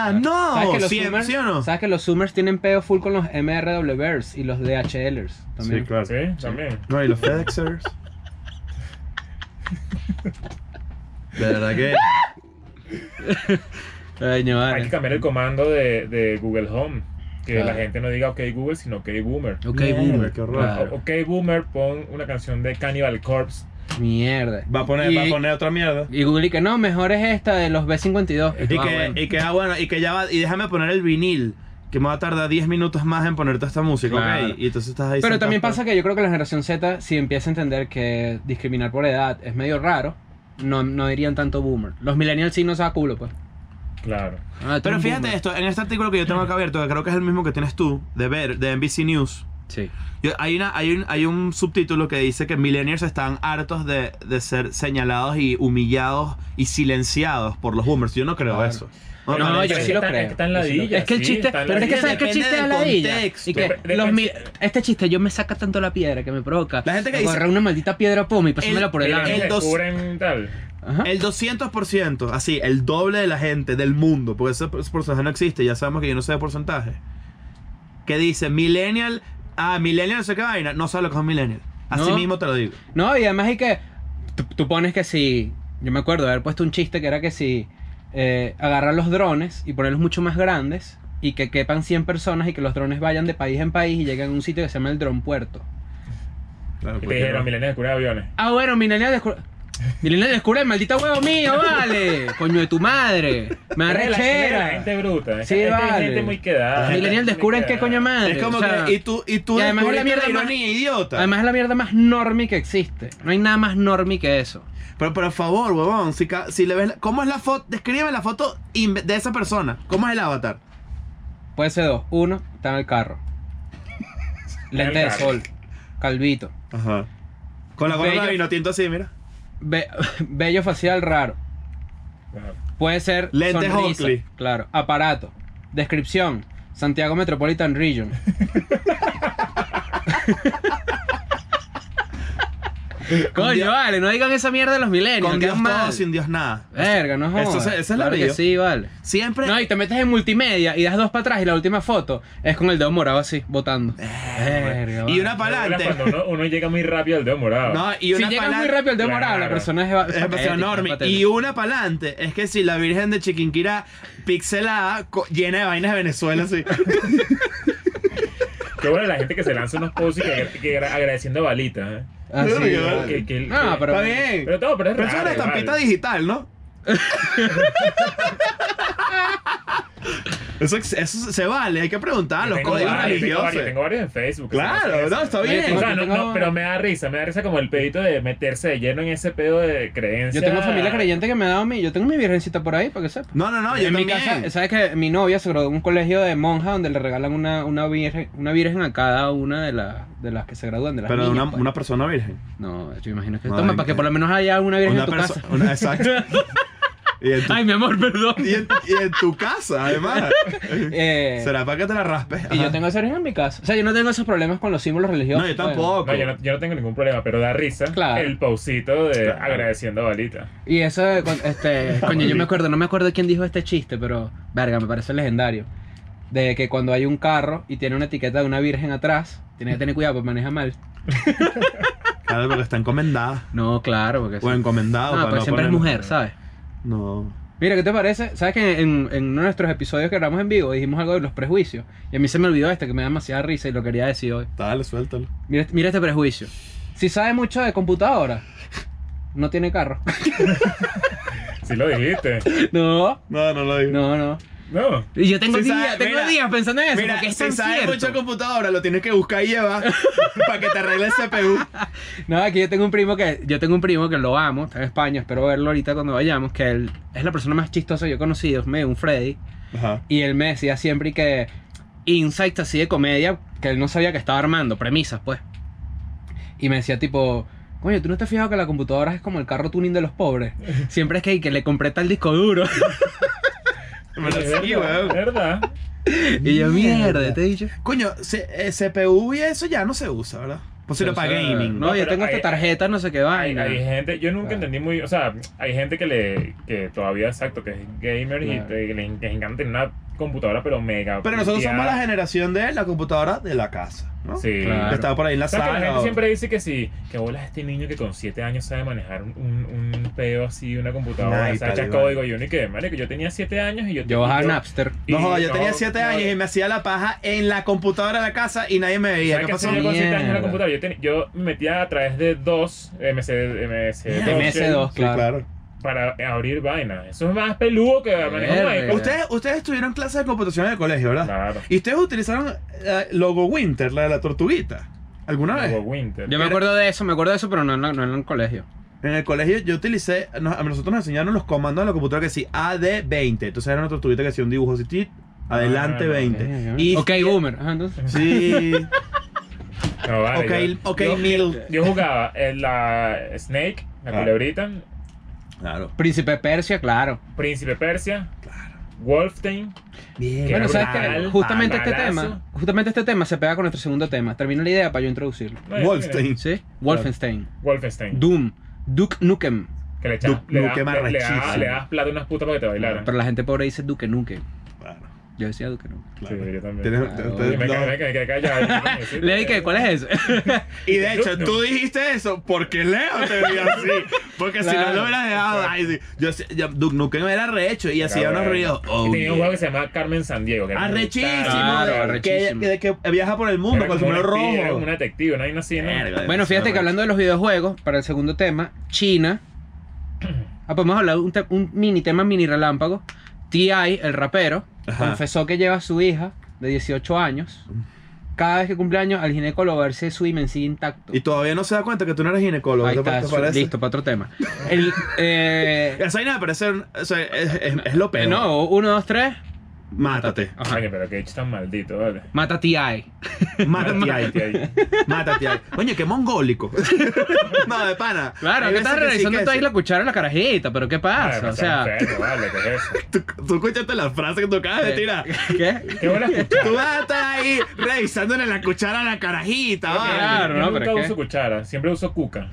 Ah, no.
¿Sabes que los
Siem-
Zoomers,
¿sí o no?
¿Sabes que los Zoomers tienen pedo full con los MRWers y los DHLers también?
claro.
Sí, también.
No, y los FedExers. De verdad que.
Coño, vale.
Hay que cambiar el comando de, de Google Home. Que
Claro.
la gente no diga OK Google, sino OK Boomer.
Ok,
Mierda, Oh,
boomer.
qué horror.
claro.
O- OK Boomer, pon una canción de Cannibal Corpse.
Mierda.
oh. Va a poner,
Y-
va a poner otra mierda.
Y Google y que no, mejor es esta de los B52.
Y que,
Ah, bueno.
y que, ah, bueno, y que ya va, y déjame poner el vinil, que me va a tardar 10 minutos más en poner toda esta música,
Claro.
ok. Y entonces estás ahí.
Pero también pasa
sentado.
que yo creo que la generación Z, si empieza a entender que discriminar por edad es medio raro, no, no dirían tanto boomer. Los millennials sí no se da culo, pues.
Claro.
Ah, tú
Pero
eres
fíjate
boomer.
esto, en este artículo que yo tengo acá abierto, que creo que es el mismo que tienes tú, de ver, de NBC News,
Sí.
yo- hay, una, hay, un, hay un subtítulo que dice que millennials están hartos de, de ser señalados y humillados y silenciados por los boomers. Yo no creo
Claro.
eso.
No,
me
yo
parece.
sí lo
Está-
creo.
es que está en
Yo sí lo
ladilla,
creo. Es que el
sí,
chiste.
está en
Pero es que
ladilla.
sabes que el
Depende
chiste de
del
la ladilla.
contexto.
Y que
Depende-
los mil-
depende-
Este chiste yo me saca tanto la piedra que me provoca.
La gente que dice-
Agarrar una maldita piedra pues poma y pasármela por el
Mira,
ano.
el- dos-
descubren tal.
Ajá.
El 200%, así, el doble de la gente del mundo, porque ese por- ese porcentaje no existe, ya sabemos que yo no sé de porcentaje. Que dice, millennial, ah, millennial no sé qué vaina, no sabe lo que es un millennial. Así
No.
mismo te lo digo.
No, y además hay que. Tú, tú pones que si. Yo me acuerdo de haber puesto un chiste que era que si. eh, agarrar los drones y ponerlos mucho más grandes y que quepan 100 personas y que los drones vayan de país en país y lleguen a un sitio que se llama el dron puerto.
Claro,
Y te
porque
dijeron,
no.
milenios descubren aviones.
Ah, bueno, Milenial descubre. Milenial descubre el maldito huevo mío, vale. Coño de tu
Es
madre. Me
que la- es que la
arrechera.
gente bruta. Es
Sí,
que hay
vale.
gente muy quedada.
Milenial descubre en qué coño
más.
madre.
Es como
o sea,
que, y tú, y tú
y además es la
descubriste
mierda más-
ironía, idiota.
Además es la mierda más normi que existe. No hay nada más normi que eso.
Pero por favor, huevón, si, ca- si le ves, la- ¿cómo es la foto? Descríbeme la foto inve- de esa persona. ¿Cómo es el avatar?
Puede ser dos. Uno, está en el carro. Lente
el
de
carro.
sol. Calvito.
Ajá. Con la
Bello.
gorra de vino tinto así, mira.
Be- bello facial raro. Puede ser
Lentes
sonrisa,
Oakley.
Claro. Aparato. Descripción. Santiago Metropolitan Region.
Con
Coño,
Dios-
vale, no digan esa mierda de los milenios.
Con
que
Dios
es mal.
todo, sin Dios nada.
Verga, no jodas.
Eso se- esa es la
Claro que
vida.
sí, vale.
Siempre.
No, y te metes en multimedia y das dos para atrás y la última foto es con el dedo morado así, botando. Verga,
y
vale.
una para adelante.
Cuando uno, uno llega muy rápido al dedo morado.
No, y
Si
una
llegas
pa'lante-
muy rápido el dedo morado, la
Claro.
persona es, va-
Es demasiado
patética,
enorme.
patética.
Y una pa'lante. Es que si la Virgen de Chiquinquirá pixelada, co- llena de vainas de Venezuela, así.
Qué bueno la gente que se lanza unos posts y que, que agra- agradeciendo balitas. ¿eh?
Así,
Verga,
vale.
vale.
Que- que-
Ah,
que-
pero-
Está bien.
Pero todo, pero es
Pero eso es una
raro,
estampita
vale.
digital, ¿no? Eso, eso se vale, hay que preguntar, los
Tengo
códigos
varios, Tengo
religiosos.
varios, tengo varios en Facebook.
Claro, no, está
Oye,
bien.
O
tengo-
sea, no, no, pero me da risa, me da risa como el pedito de meterse de lleno en ese pedo de creencia.
Yo tengo familia creyente que me ha dado mi. Yo tengo mi virgencita por ahí, para que sepa.
No, no, no, yo
en mi
también.
casa, ¿sabes que Mi novia se graduó en un colegio de monjas donde le regalan una, una, virgen, una virgen a cada una de, las de las que se gradúan, de las
Pero de
niñas,
una,
pues.
una persona virgen.
No, yo imagino que...
Madre
Toma,
mía.
para que por lo menos haya una virgen
Una
en tu
perso-
casa.
una- Exacto. Y en tu,
Ay, mi amor, perdón.
y en- y en tu casa, además.
Eh,
Será para que te la raspes.
Y
Ajá.
yo tengo esa virgen en mi casa. O sea, yo no tengo esos problemas con los símbolos religiosos.
No, yo
pues.
tampoco.
No yo, no, yo no tengo ningún problema, pero da risa
Claro.
el pausito de
Claro.
agradeciendo a Balita.
Y eso, de cuan- este, coño, yo me acuerdo, no me acuerdo quién dijo este chiste, pero verga, me parece legendario. De que cuando hay un carro y tiene una etiqueta de una virgen atrás, tienes que tener cuidado porque maneja mal.
Claro, porque está encomendada.
No, claro, porque
O
Pues No,
encomendado. para
pero
no
siempre es
poner-
mujer, ¿sabes?
No.
Mira, ¿qué te parece? ¿Sabes que en, en uno de nuestros episodios que grabamos en vivo dijimos algo de los prejuicios? Y a mí se me olvidó este que me da demasiada risa y lo quería decir hoy.
Dale, suéltalo.
Mira, este- mira este prejuicio. Si sabe mucho de computadora, no tiene carro.
Sí lo dijiste.
No,
No, no lo digo.
no, no.
No.
Y yo tengo,
Si
días-
sabe-
tengo
mira,
días pensando en eso,
Mira,
porque es
si
tan
sabes
cierto.
mucho de computadora, lo tienes que buscar y llevar para que te arregle el CPU.
No, aquí yo tengo un primo que yo tengo un primo que lo amo, está en España, espero verlo ahorita cuando vayamos, que él es la persona más chistosa que yo he conocido, es medio un Freddy,
Ajá.
y él me decía siempre que insights así de comedia que él no sabía que estaba armando, premisas, pues. Y me decía tipo, coño, ¿tú no te has fijado que la computadora es como el carro tuning de los pobres? Siempre es que, que le compré tal disco duro.
Bueno,
Es
sí,
verdad,
weón.
¿Verdad?
y yo, mierda, este te he dicho.
Coño, C- eh, CPU y eso ya no se usa, ¿verdad? Pues si
Pero,
lo para
o sea,
gaming.
No,
No,
yo
pero
tengo
hay-
esta tarjeta, no sé qué
Hay,
vaina.
hay gente, yo nunca
Claro.
entendí muy, o sea, hay gente que le, que todavía, exacto, que es gamer
Claro.
y te- le, les encanta tener una computadora, pero mega.
Pero nosotros
puteada.
somos la generación de la computadora de la casa, ¿no?
Sí.
Claro.
Que estaba por ahí en la
¿Sabes que la
sala.
gente
o-
siempre dice que sí, que bolas este niño que con 7 años sabe manejar un, un, un pedo así, una computadora,
Ay,
o sea,
tal,
echa código y uno y que, madre, que yo tenía 7 años y yo...
Yo bajaba
y
Napster.
y
No, joda, yo tenía
no,
7
no,
años y me hacía la paja en la computadora de la casa y nadie me veía. ¿Qué
¿Sabes qué
pasó?
hacía yo con 7 años en
Mierda.
la computadora? Yo, tenía- yo me metía a través de dos MC, MC2,
MS2,
Sí,
claro.
claro.
para abrir vainas. Eso es más peludo que manejar un
Verga.
iPad.
Ustedes, ustedes tuvieron clases de computación en el colegio, ¿verdad?
Claro.
Y ustedes utilizaron eh, logo Winter, la de la tortuguita. ¿Alguna vez?
Hugo Winter.
Yo me acuerdo de eso, me acuerdo de eso, pero no, no, no en el colegio.
En el colegio yo utilicé, no- a nosotros nos enseñaron los comandos de la computadora que sí, AD20. Entonces era una tortuguita que hacía un dibujo así, tit, adelante
Ah,
20. Y,
ok, boomer. Ajá, entonces.
Sí.
No, vale,
ok,
yo-
ok,
yo,
Neil.
yo jugaba en la Snake, la
Claro.
culebrita,
Claro,
Príncipe de Persia, claro.
Príncipe Persia,
claro.
Wolfenstein.
Bien.
Qué
Bueno, ¿sabes
brutal,
qué? Justamente este
balazo.
tema, justamente este tema se pega con nuestro segundo tema. Termina la idea para yo introducirlo.
No, mira,
Wolfenstein.
¿Sí? Wolfenstein,
Wolfenstein.
Doom, Duke Nukem.
Que le, echas,
Duke
le, das,
Nukem
le, le das-
arrechísimo.
le das plata a unas putas para que te bailaran.
Pero la gente pobre dice Duke Nukem.
Claro,
Yo decía Duke Nukem.
claro.
Sí, yo también.
Tienes-
Claro.
ustedes
Y me
no.
quedé- me quedé callado.
Le dije, ¿cuál es eso?
Y de hecho, tú dijiste eso porque Leo te vio así. Porque si no
Claro.
lo hubieras dejado. Ay, sí. Yo, hacía- yo, Duke Nukem era recho y hacía unos ruidos. Oh,
y tenía un
yeah.
juego que se llamaba Carmen Sandiego. Que era
Arrechísimo.
Claro,
de-
arrechísimo.
Que, de que viaja por el mundo
Era
con el
como una
sombrero
espía, Era
rojo.
como una detective, una vaina así, ¿no?
Verga,
Bueno, fíjate que
demasiado
hablando de los videojuegos, para el segundo tema, China. Ah, podemos hablar de un, te- un mini tema, mini relámpago. T.I., el rapero,
Ajá.
confesó que lleva a su hija de 18 años. Cada vez que cumple años, al ginecólogo a ver si su himen sigue intacto.
Y todavía no se da cuenta que tú no eres ginecólogo.
Ahí
¿te-
está,
te
su-
parece?
listo, para otro tema. El, eh,
Esa vaina me parece. un- o sea, es, es- es lo peor.
no, uno, dos, tres.
Mátate.
Ajá.
Coño, pero que hecho tan maldito, vale.
Mata T.I.
Mátate ahí.
Mátate ahí.
Mátate ahí. Oye, qué mongólico. no, de pana.
Claro,
Hay
que
veces
estás
sí,
revisando
que
tú ahí
sí.
la cuchara en la carajita, pero ¿qué pasa?
Vale,
Ah, o sea,
enfermo, vale, ¿qué es eso?
Tú, tú escuchaste la frase que tú acabas de tirar.
eh, ¿qué?
Qué buena escuchar.
Tú vas a estar ahí revisándole la cuchara a la carajita,
Claro,
va.
yo
¿no?
nunca
Pero es
uso
que-
cuchara, siempre uso cuca.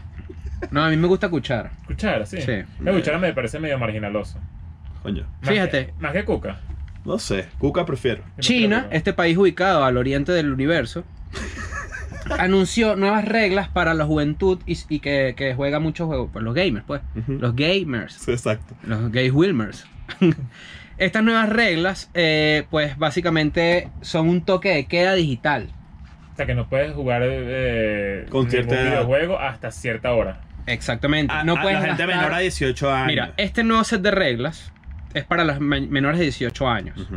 No, a mí me gusta cuchara.
Cuchara, sí.
Sí.
La cuchara me parece medio marginaloso.
Coño.
Más
Fíjate.
que- más que cuca.
No sé. Cuca prefiero.
China,
Pero-
este país ubicado al oriente del universo, anunció nuevas reglas para la juventud y, y que, que juega muchos juegos. Pues los gamers, pues.
Ujú.
Los gamers.
Sí, exacto.
Los gays Wilmers. Estas nuevas reglas, eh, pues básicamente son un toque de queda digital.
O sea, que no puedes jugar eh,
Con cierta
ningún
edad.
videojuego hasta cierta hora.
Exactamente.
A-
Ah, no
a
puedes
Ah, la gente
gastar-
menor a 18 años.
Mira, este nuevo set de reglas es para los men- menores de 18 años.
Ujú,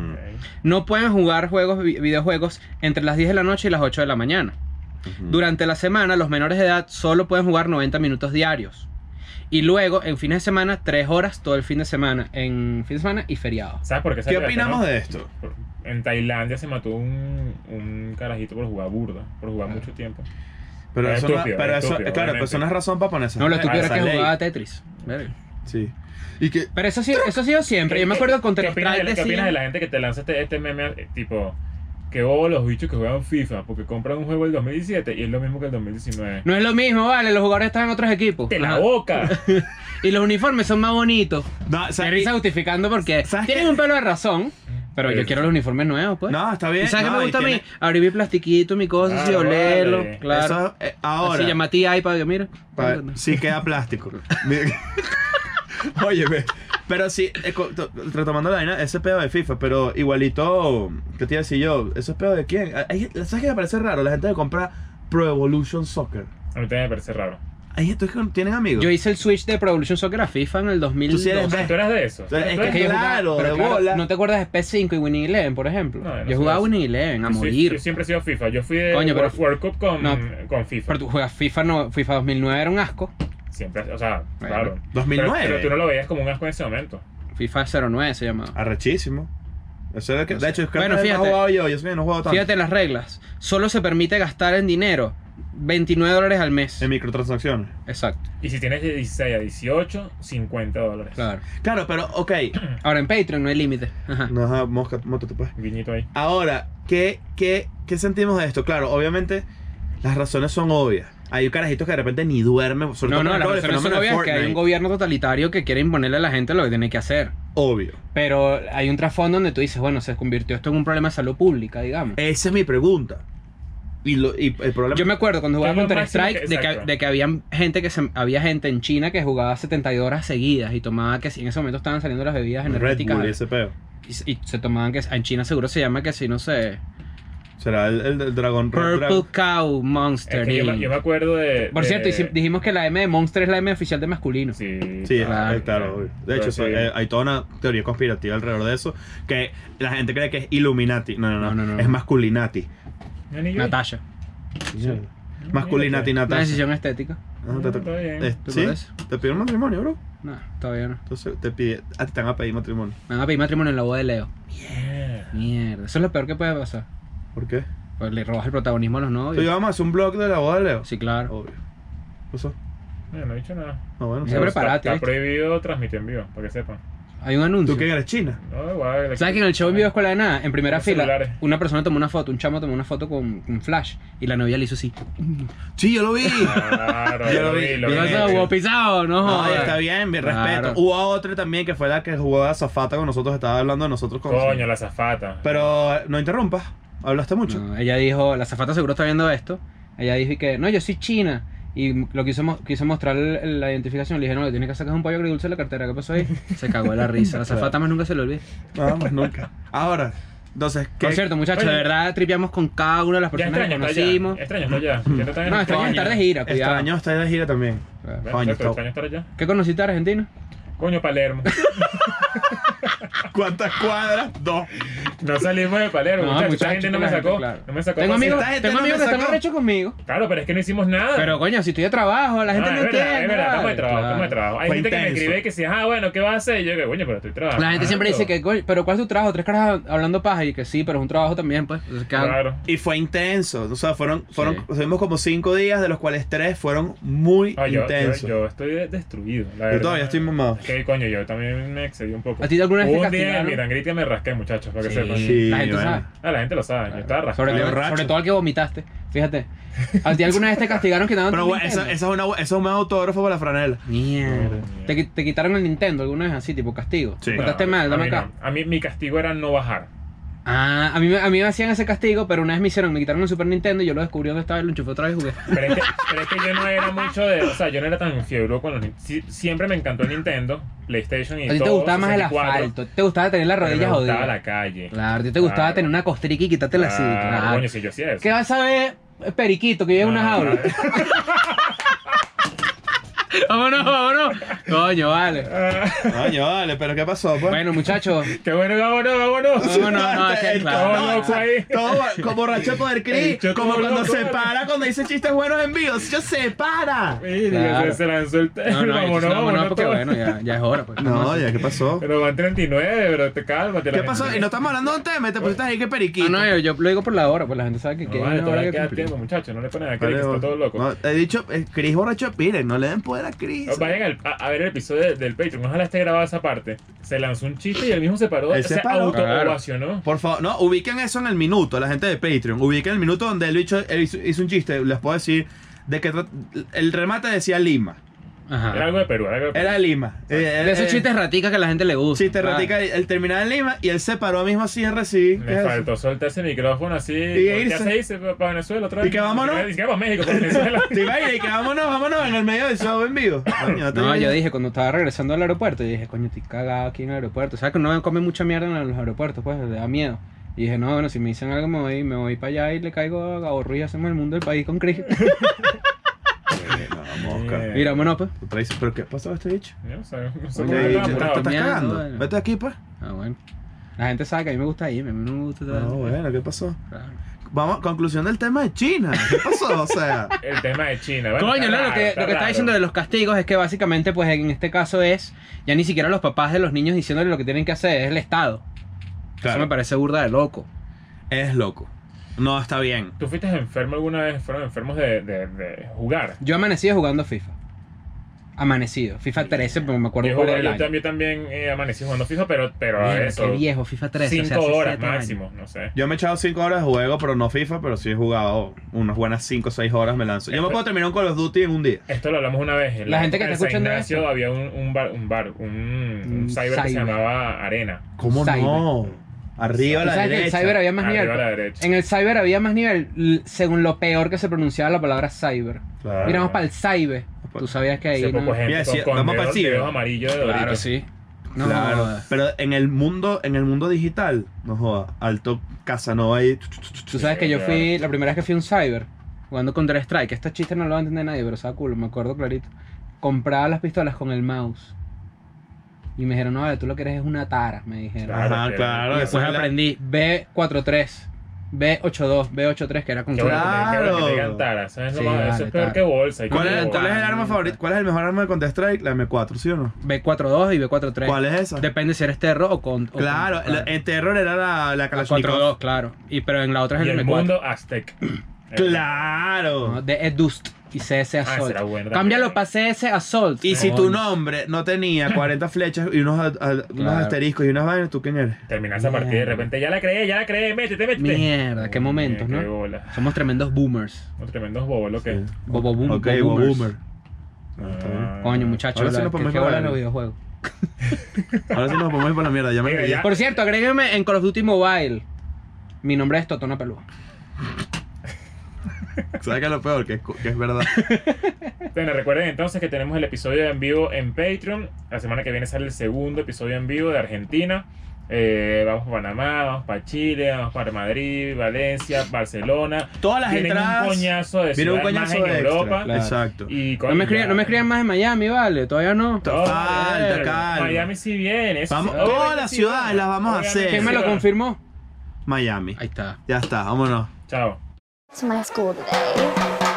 No pueden jugar juegos, vi- videojuegos entre las 10 de la noche y las 8 de la mañana.
ujú.
Mm. Durante la semana, los menores de edad solo pueden jugar 90 minutos diarios. Y luego, en fines de semana, 3 horas todo el fin de semana. En fin de semana y feriados.
¿Sabes por qué se
¿Qué
regateó,
opinamos
no?
de esto?
En Tailandia se mató un, un carajito por jugar burda, por jugar mucho tiempo.
Pero
Es
eso, no-
estúpido,
pero
es
eso-
estúpido,
claro,
obviamente.
pero eso no es razón para ponerse.
No, lo
a
estúpido
esa
era que
ley.
jugaba Tetris. Verga.
Sí. Y que
Pero eso, sí, eso ha sido siempre. Yo me acuerdo con
¿Qué
Counter
opinas, de,
Strike
la- qué opinas
decían-
de la gente que te lanza este, este meme eh, tipo que bobo los bichos que juegan FIFA porque compran un juego del 2017 y es lo mismo que el 2019?
No es lo mismo, vale, los jugadores están en otros equipos.
¡Te la
Ajá.
boca!
Y los uniformes son más bonitos.
no, o sea,
Se risa
y-
justificando porque
¿sabes
tienen
qué?
un pelo de razón, pero yo
Sí.
quiero los uniformes nuevos, pues.
no, está bien.
¿Y sabes
no,
qué me
y
gusta a mí?
tiene-
Abrir mi plastiquito, mi cosa,
Ah,
y olerlo.
vale.
Claro.
Eso, eh, ahora.
Así llamé a ti iPad, yo, mira.
Pa- sí queda plástico. Mira- Óyeme. Pero sí, eh, co- to- retomando la vaina, ese pedo de FIFA, pero igualito, ¿qué te iba a decir yo? ¿Eso es pedo de quién? Ah, hay- ¿Sabes qué me parece raro? La gente que compra Pro Evolution Soccer.
A mí también me parece raro.
Hay gente que tienen amigos.
Yo hice el switch de Pro Evolution Soccer a FIFA en el 2012.
sí eres
¿Tú eras de eso?
O sea, es
¿Tú
que
eras-
Que yo jugaba-
Claro,
pero
de bola.
¿No te acuerdas de P5 y Winning Eleven, por ejemplo?
No, yo no
yo
sé
jugaba
eso.
Winning Eleven a
yo soy- Yo
morir.
siempre he sido FIFA. Yo fui de
Coño, pero-
World, World Cup con,
No.
con FIFA.
Pero tú juegas FIFA, no, FIFA 2009 era un asco.
Siempre, o sea,
Bueno.
claro.
2009.
Pero, pero tú no lo veías como un asco en ese momento.
FIFA 09 se llamaba.
Ah, Arrechísimo. Eso era que, de hecho, es que
Bueno,
no he
fíjate.
jugado yo, yo soy que no he jugado tanto.
Fíjate las reglas. Solo se permite gastar en dinero 29 dólares al mes.
En microtransacciones.
Exacto,
Y si tienes de 16 a 18, 50 dólares.
claro.
Claro, pero, ok.
Ah.
Ahora en Patreon no hay límite. Ajá.
No, ajá, mosca, moto, pues. tú puedes.
Guiñito ahí.
Ahora, ¿qué, qué, ¿qué sentimos de esto? Claro, obviamente las razones son obvias. Hay carajitos que de repente ni duermen. Sobre
No,
todo
no,
con
la
todo el
razón es
fenómeno de
obvia que hay un
Fortnite.
gobierno totalitario que quiere imponerle a la gente lo que tiene que hacer.
Obvio.
Pero hay un trasfondo donde tú dices, bueno, se convirtió esto en un problema de salud pública, digamos.
Esa es mi pregunta. Y, lo, y el problema...
Yo me acuerdo cuando jugaba
Que es lo
Counter
máximo que-
Strike de que,
exacto.
de que había gente que se- había gente en China que jugaba 72 horas seguidas y tomaba que si en ese momento estaban saliendo las bebidas
Red
energéticas
Bull y ese peo.
y, y se tomaban que en China seguro se llama que si no sé
Será el, el, el dragón Red
Purple
Dragon.
Cow
Es
Monster.
que yo, me-
Inc.
yo me acuerdo de.
Por cierto,
de-
hicim- dijimos que la M de Monster es la M oficial de masculino.
Sí, Ah,
Sí,
Claro,
eh, claro, obvio. De hecho,
Pero sí.
so- eh, hay toda una teoría conspirativa alrededor de eso que la gente cree que es Illuminati. No, no, no.
No, no, no.
Es masculinati.
No, ni yo.
Natasha.
No,
Masculinati,
ni yo.
Una
Natasha.
decisión estética.
Ah, te- te-
Está bien.
eh,
¿Te
¿Sí?
acuerdas?
¿Te pidió matrimonio, bro?
No, todavía no.
Entonces te pide, ah, te van a pedir matrimonio.
Me van a pedir matrimonio en la boda de Leo.
Yeah.
Mierda. Eso es lo peor que puede pasar.
¿Por qué?
Pues le robas el protagonismo a los
Tú y yo
novios.
vamos a hacer un blog de la boda de Leo.
Sí, claro.
Obvio. ¿Qué pasó?
No, no he dicho nada.
No, bueno.
Siempre
No,
¿sabes?
está-
parate,
Está
Ah, ¿viste?
prohibido transmitir en vivo, para que sepan.
Hay un anuncio.
¿Tú que eres china?
No, igual.
Pues ¿Sabes que en el show en vivo de Escuela de Nada, en primera
Los
fila,
celulares.
una persona tomó una foto, un chamo tomó una foto con un flash y la novia le hizo así.
Sí, yo lo vi.
Claro,
Yo
lo
lo
vi,
vi,
lo
vi
vi.
Eso, guapizado, no
No,
jodas.
está bien, mi
Claro.
respeto. Hubo otra también que fue la que jugó de azafata con nosotros, estaba hablando de nosotros con...
Coño, la zafata.
Pero eh, no interrumpas, hablaste mucho.
No, ella dijo, la zafata seguro está viendo esto. Ella dijo que, no, yo soy china. Y lo quiso, mo- quiso mostrar el- el- la identificación. Le dije, no, lo que tienes que sacar es un pollo agridulce de la cartera. ¿Qué pasó ahí? Se cagó de la risa. La zafata más nunca se lo olvida.
Nada más, nunca. Ahora, entonces, ¿qué?
Por cierto, muchachos,
Oye.
de verdad tripeamos con cada una de las
ya
personas que
extraño, está
conocimos.
allá. Extraño, está allá. Ya está en
No, extraño estar de gira, cuidado.
Extraño estar de gira también.
Claro.
Bueno,
Coño,
exacto,
está-
extraño estar allá.
¿Qué conociste de Argentina?
Coño, Palermo.
¿Cuántas cuadras? Dos.
No salimos de Palermo. muchachos. Esta
muchachos,
gente no me
esta gente,
sacó.
claro.
No me sacó.
Tengo
Entonces,
amigos,
esta gente
tengo
no me
amigos que están
sacó.
arrechos conmigo.
Claro, pero es que no hicimos nada.
Pero coño, si estoy de trabajo, la gente no,
es verdad,
entiende.
Es verdad, estamos de
vale.
trabajo, estamos de
Claro.
trabajo. Hay
Fue
gente que me
intenso.
escribe que dice, ah, bueno, ¿qué vas a hacer? Y yo que, coño, pero estoy trabajando.
La gente siempre dice que, coño, pero ¿cuál es tu trabajo? Tres caras hablando paja y que sí, pero es un trabajo también, pues. Entonces, ¿qué hago?
Claro.
Y fue intenso. O sea, fueron, fueron,
Sí.
tuvimos como cinco días, de los cuales tres fueron muy
Ah, yo,
intensos.
yo, yo estoy de- destruido.
Yo
la verdad.
todavía estoy mamado.
Es que, coño, yo también me excedí un poco.
¿A ti alguna vez te
Hubo un día
castigaron?
en Gran Grit que me rasqué, muchachos, para que
Sí,
sepan.
Sí,
la gente
bueno.
sabe.
Ah, la gente lo sabe, yo estaba rascado.
Sobre
Medio
todo,
racho.
sobre todo al que vomitaste. Fíjate. ¿A ti alguna vez te castigaron quitándote
Pero
el
bueno,
Nintendo?
esa, esa es una, bu- eso es un autógrafo para la franela.
Mierda. ¿Te, qui- te quitaron el Nintendo alguna vez así, tipo castigo?
Sí.
¿Te
No,
portaste mal?
a
Dame
mí,
acá.
no. a mí mi castigo era no bajar.
Ah, a mí, me- a mí me hacían ese castigo, pero una vez me hicieron, me quitaron el Super Nintendo y yo lo descubrí donde estaba y lo enchufé otra vez y jugué.
Pero es, que, pero es que yo no era mucho de. O sea, yo no era tan fiebre con los. Nin- si- Siempre me encantó el Nintendo, PlayStation y
A ti te
todo,
gustaba más el
64,
asfalto, te gustaba tener las
pero
rodillas
Me gustaba
jodidas.
la calle.
Claro, a ti te gustaba
Claro.
tener una costrica y quitártela así. Claro.
Coño, si yo hacía eso.
¿Qué vas a ver, periquito, que lleva una
No,
jaula?
claro.
Vámonos, vámonos. Coño, vale.
Coño, vale, pero ¿qué pasó? Pues? Este,
Bueno, muchachos.
Qué bueno, vámonos, vámonos.
Vámonos, no, es que,
El-
claro.
no,
o sea,
ahí.
todo va- como Racha Poder
El
Cris,
choco
como
loco,
cuando se
vale.
para, cuando dice chistes buenos en vivo, yo se para.
Mira,
Claro.
Se lanzó el tema.
No, no,
vámonos,
entonces,
vámonos,
vámonos, porque
todo.
bueno, ya, ya es hora. Pues.
No, ya, ¿qué pasó?
Pero van 39, pero te calma.
¿Qué pasó? Y no estamos hablando de un tema, te pusiste ahí que periquito.
No, no, yo, yo lo digo por la hora, pues la gente sabe que
No,
queda
vale,
una hora
todavía
que
queda
cumplir.
tiempo, muchachos. No le ponen a Cris,
Vale,
que está
vale.
todo loco.
No, he dicho, eh, Cris borracho de Pires, no le den poder a Cris.
No, Vayan al- a, a ver el episodio de- del Patreon. Ojalá esté grabada esa parte. Se lanzó un chiste y el mismo se paró.
Él
se
se paró.
auto
Claro.
ovacionó.
Por favor, no, ubiquen eso en el minuto, la gente de Patreon. Ubiquen el minuto donde él hizo, él hizo- hizo un chiste, les puedo decir, de que tra- el remate decía Lima.
Era
Ajá.
algo de Perú. Era algo de Perú.
Era Lima. Eh,
De
eh,
esos chistes raticas que a la gente le gusta.
Chiste
vale.
radical, el terminal en Lima y él se paró mismo así en recibir. ¿Qué
Me
es eso?
faltó soltar ese micrófono así.
irse.
Ya se dice para Venezuela otra
Y
vez.
que vámonos.
Y que vamos a México, para Venezuela.
¿Te imaginas? Y que vámonos, vámonos en el medio del show en vivo. Coño, te
No,
imaginas.
yo dije, cuando estaba regresando al aeropuerto, yo dije, coño, estoy cagado aquí en el aeropuerto. ¿Sabes que uno come mucha mierda en los aeropuertos? Pues le da miedo. Y dije, no, bueno, si me dicen algo, me voy, me voy para allá y le caigo a Gabo Ruiz y hacemos el mundo del país con Cris.
No, mosca.
Mira, bueno, pues.
Otra vez, ¿Pero qué pasó este bicho?
No sé, no sé por
Oye,
qué
Oye, bicho, ¿estás,
estaba apurado.
estás
Mierda,
cagando?
bueno.
Vete aquí, pues.
Ah, bueno. La gente sabe que a mí me gusta irme, a mí no me gusta.
No, bueno, ¿qué pasó?
Claro.
Vamos, conclusión del tema de China. ¿Qué pasó? O sea,
El tema de China. bueno,
Coño,
está
no,
raro,
lo que, lo que está
raro.
diciendo de los castigos es que básicamente, pues en este caso es ya ni siquiera los papás de los niños diciéndole lo que tienen que hacer, es el Estado. Eso me
claro,
parece burda de loco.
es loco. No, está bien.
¿Tú fuiste enfermo alguna vez? ¿Fueron enfermos de, de, de jugar?
Yo amanecido jugando FIFA. Amanecido. FIFA 13, pero me acuerdo
Yo,
cuál
jugué-
era el
yo
año.
también, yo también eh, amanecí jugando FIFA, pero, pero a
Mierda,
eso.
qué viejo, FIFA 13. o sea,
Cinco
hace
horas
siete años.
máximo, no sé.
Yo me he echado 5 horas de juego, pero no FIFA, pero sí he jugado unas buenas 5 o 6 horas, me lanzo. Yo me puedo terminar un Call of Duty en un día.
Esto lo hablamos una vez. En
La gente que
época
está
de San
escuchando
Ignacio
esto.
había un, un bar, un, bar, un, un
Un
cyber, que se
cyber.
llamaba Arena.
¿Cómo no?
Cyber.
Arriba a
¿Tú
la
sabes que en el
derecha.
cyber había más
Arriba a la
nivel?
derecha.
En el cyber había más nivel l- según lo peor que se pronunciaba la palabra cyber.
Claro.
Miramos para el cyber. Tú sabías que ahí.
Hace
no-
poco gente
Mira,
con,
sí,
con
vamos
dedos,
para el ciber.
dedos amarillos de Doritos.
Pues, Claro, sí. No,
claro.
jodas.
Pero en el mundo, en el mundo digital, no joda, alto Casanova ahí.
Tú sabes que yo fui, la primera vez que fui a un cyber, jugando contra Strike, estos chistes no lo va a entender nadie, pero estaba culo, me acuerdo clarito. Compraba las pistolas con el mouse. Y me dijeron, no, vale, tú lo que eres es una tara, me dijeron.
Claro,
Ajá,
pero-
claro.
y
eso
después
es la-
Pues aprendí B43, B82, B83, que era con
Qué bueno que te- qué bueno que te
Claro.
digan tara, ¿sabes? No
Sí,
más- eso
vale,
es peor
tara.
que bolsa. y
¿Cuál,
que
es,
bolsa.
cuál es el arma
Ah,
favorita? ¿Cuál es el mejor arma de Counter Strike? La M4, ¿sí o no?
B42 y B43.
¿Cuál es esa?
Depende si eres terro o con. o con-
claro, la- en Terror era la, la
La
Kalashnikov.
42, claro. Y, pero en la otra es
Y
el
el
M4.
mundo aztec.
Claro.
¿no? De Edust y CS
Ah,
Assault.
será bueno.
Cámbialo para CS Assault.
Y si tu
Coño.
nombre no tenía 40 flechas y unos, a- a- unos
Claro.
asteriscos y unas vainas, ¿tú quién eres?
Terminar esa partida y de
Mierda.
repente, ya la creé, ya la creé, métete, métete.
Mierda, qué
Uy,
momentos,
Qué
¿no?
bola.
Somos tremendos boomers.
Unos tremendos bobos, lo que.
Sí.
Bobo boom,
ok,
bo-
Bob
boomers.
Boomer. Ah, está bien.
Ah.
Coño, muchachos,
Ahora
Ahora
sí nos podemos
que
jugar,
bola
¿no?
los videojuegos.
Ahora sí nos podemos ir para la mierda. Ya me
Mira,
reí.
ya.
Por cierto, agréguenme en Call of Duty Mobile. Mi nombre es Totona Pelúa.
¿Sabes qué es lo peor? Que es, cu- que es verdad.
Bueno, recuerden entonces que tenemos el episodio en vivo en Patreon. La semana que viene sale el segundo episodio en vivo de Argentina. Eh, vamos para Panamá, vamos para Chile, vamos para Madrid, Valencia, Barcelona.
Todas las
Vienen
entradas.
un coñazo de
Viene un
ciudades más
coñazo
en
de extra,
Europa.
claro.
Exacto.
Y, coño,
No me, escriban,
ya.
no me escriban más en Miami, vale. Todavía no.
To- Falta,
eh,
calma.
Miami sí viene. eso
Vamos-
sí, obviamente
todas las
sí
ciudades
viene,
las vamos a
obviamente
hacer.
sí
¿Quién me lo
viene.
confirmó?
Miami.
Ahí está.
Ya está, vámonos.
Chao.
to my school today.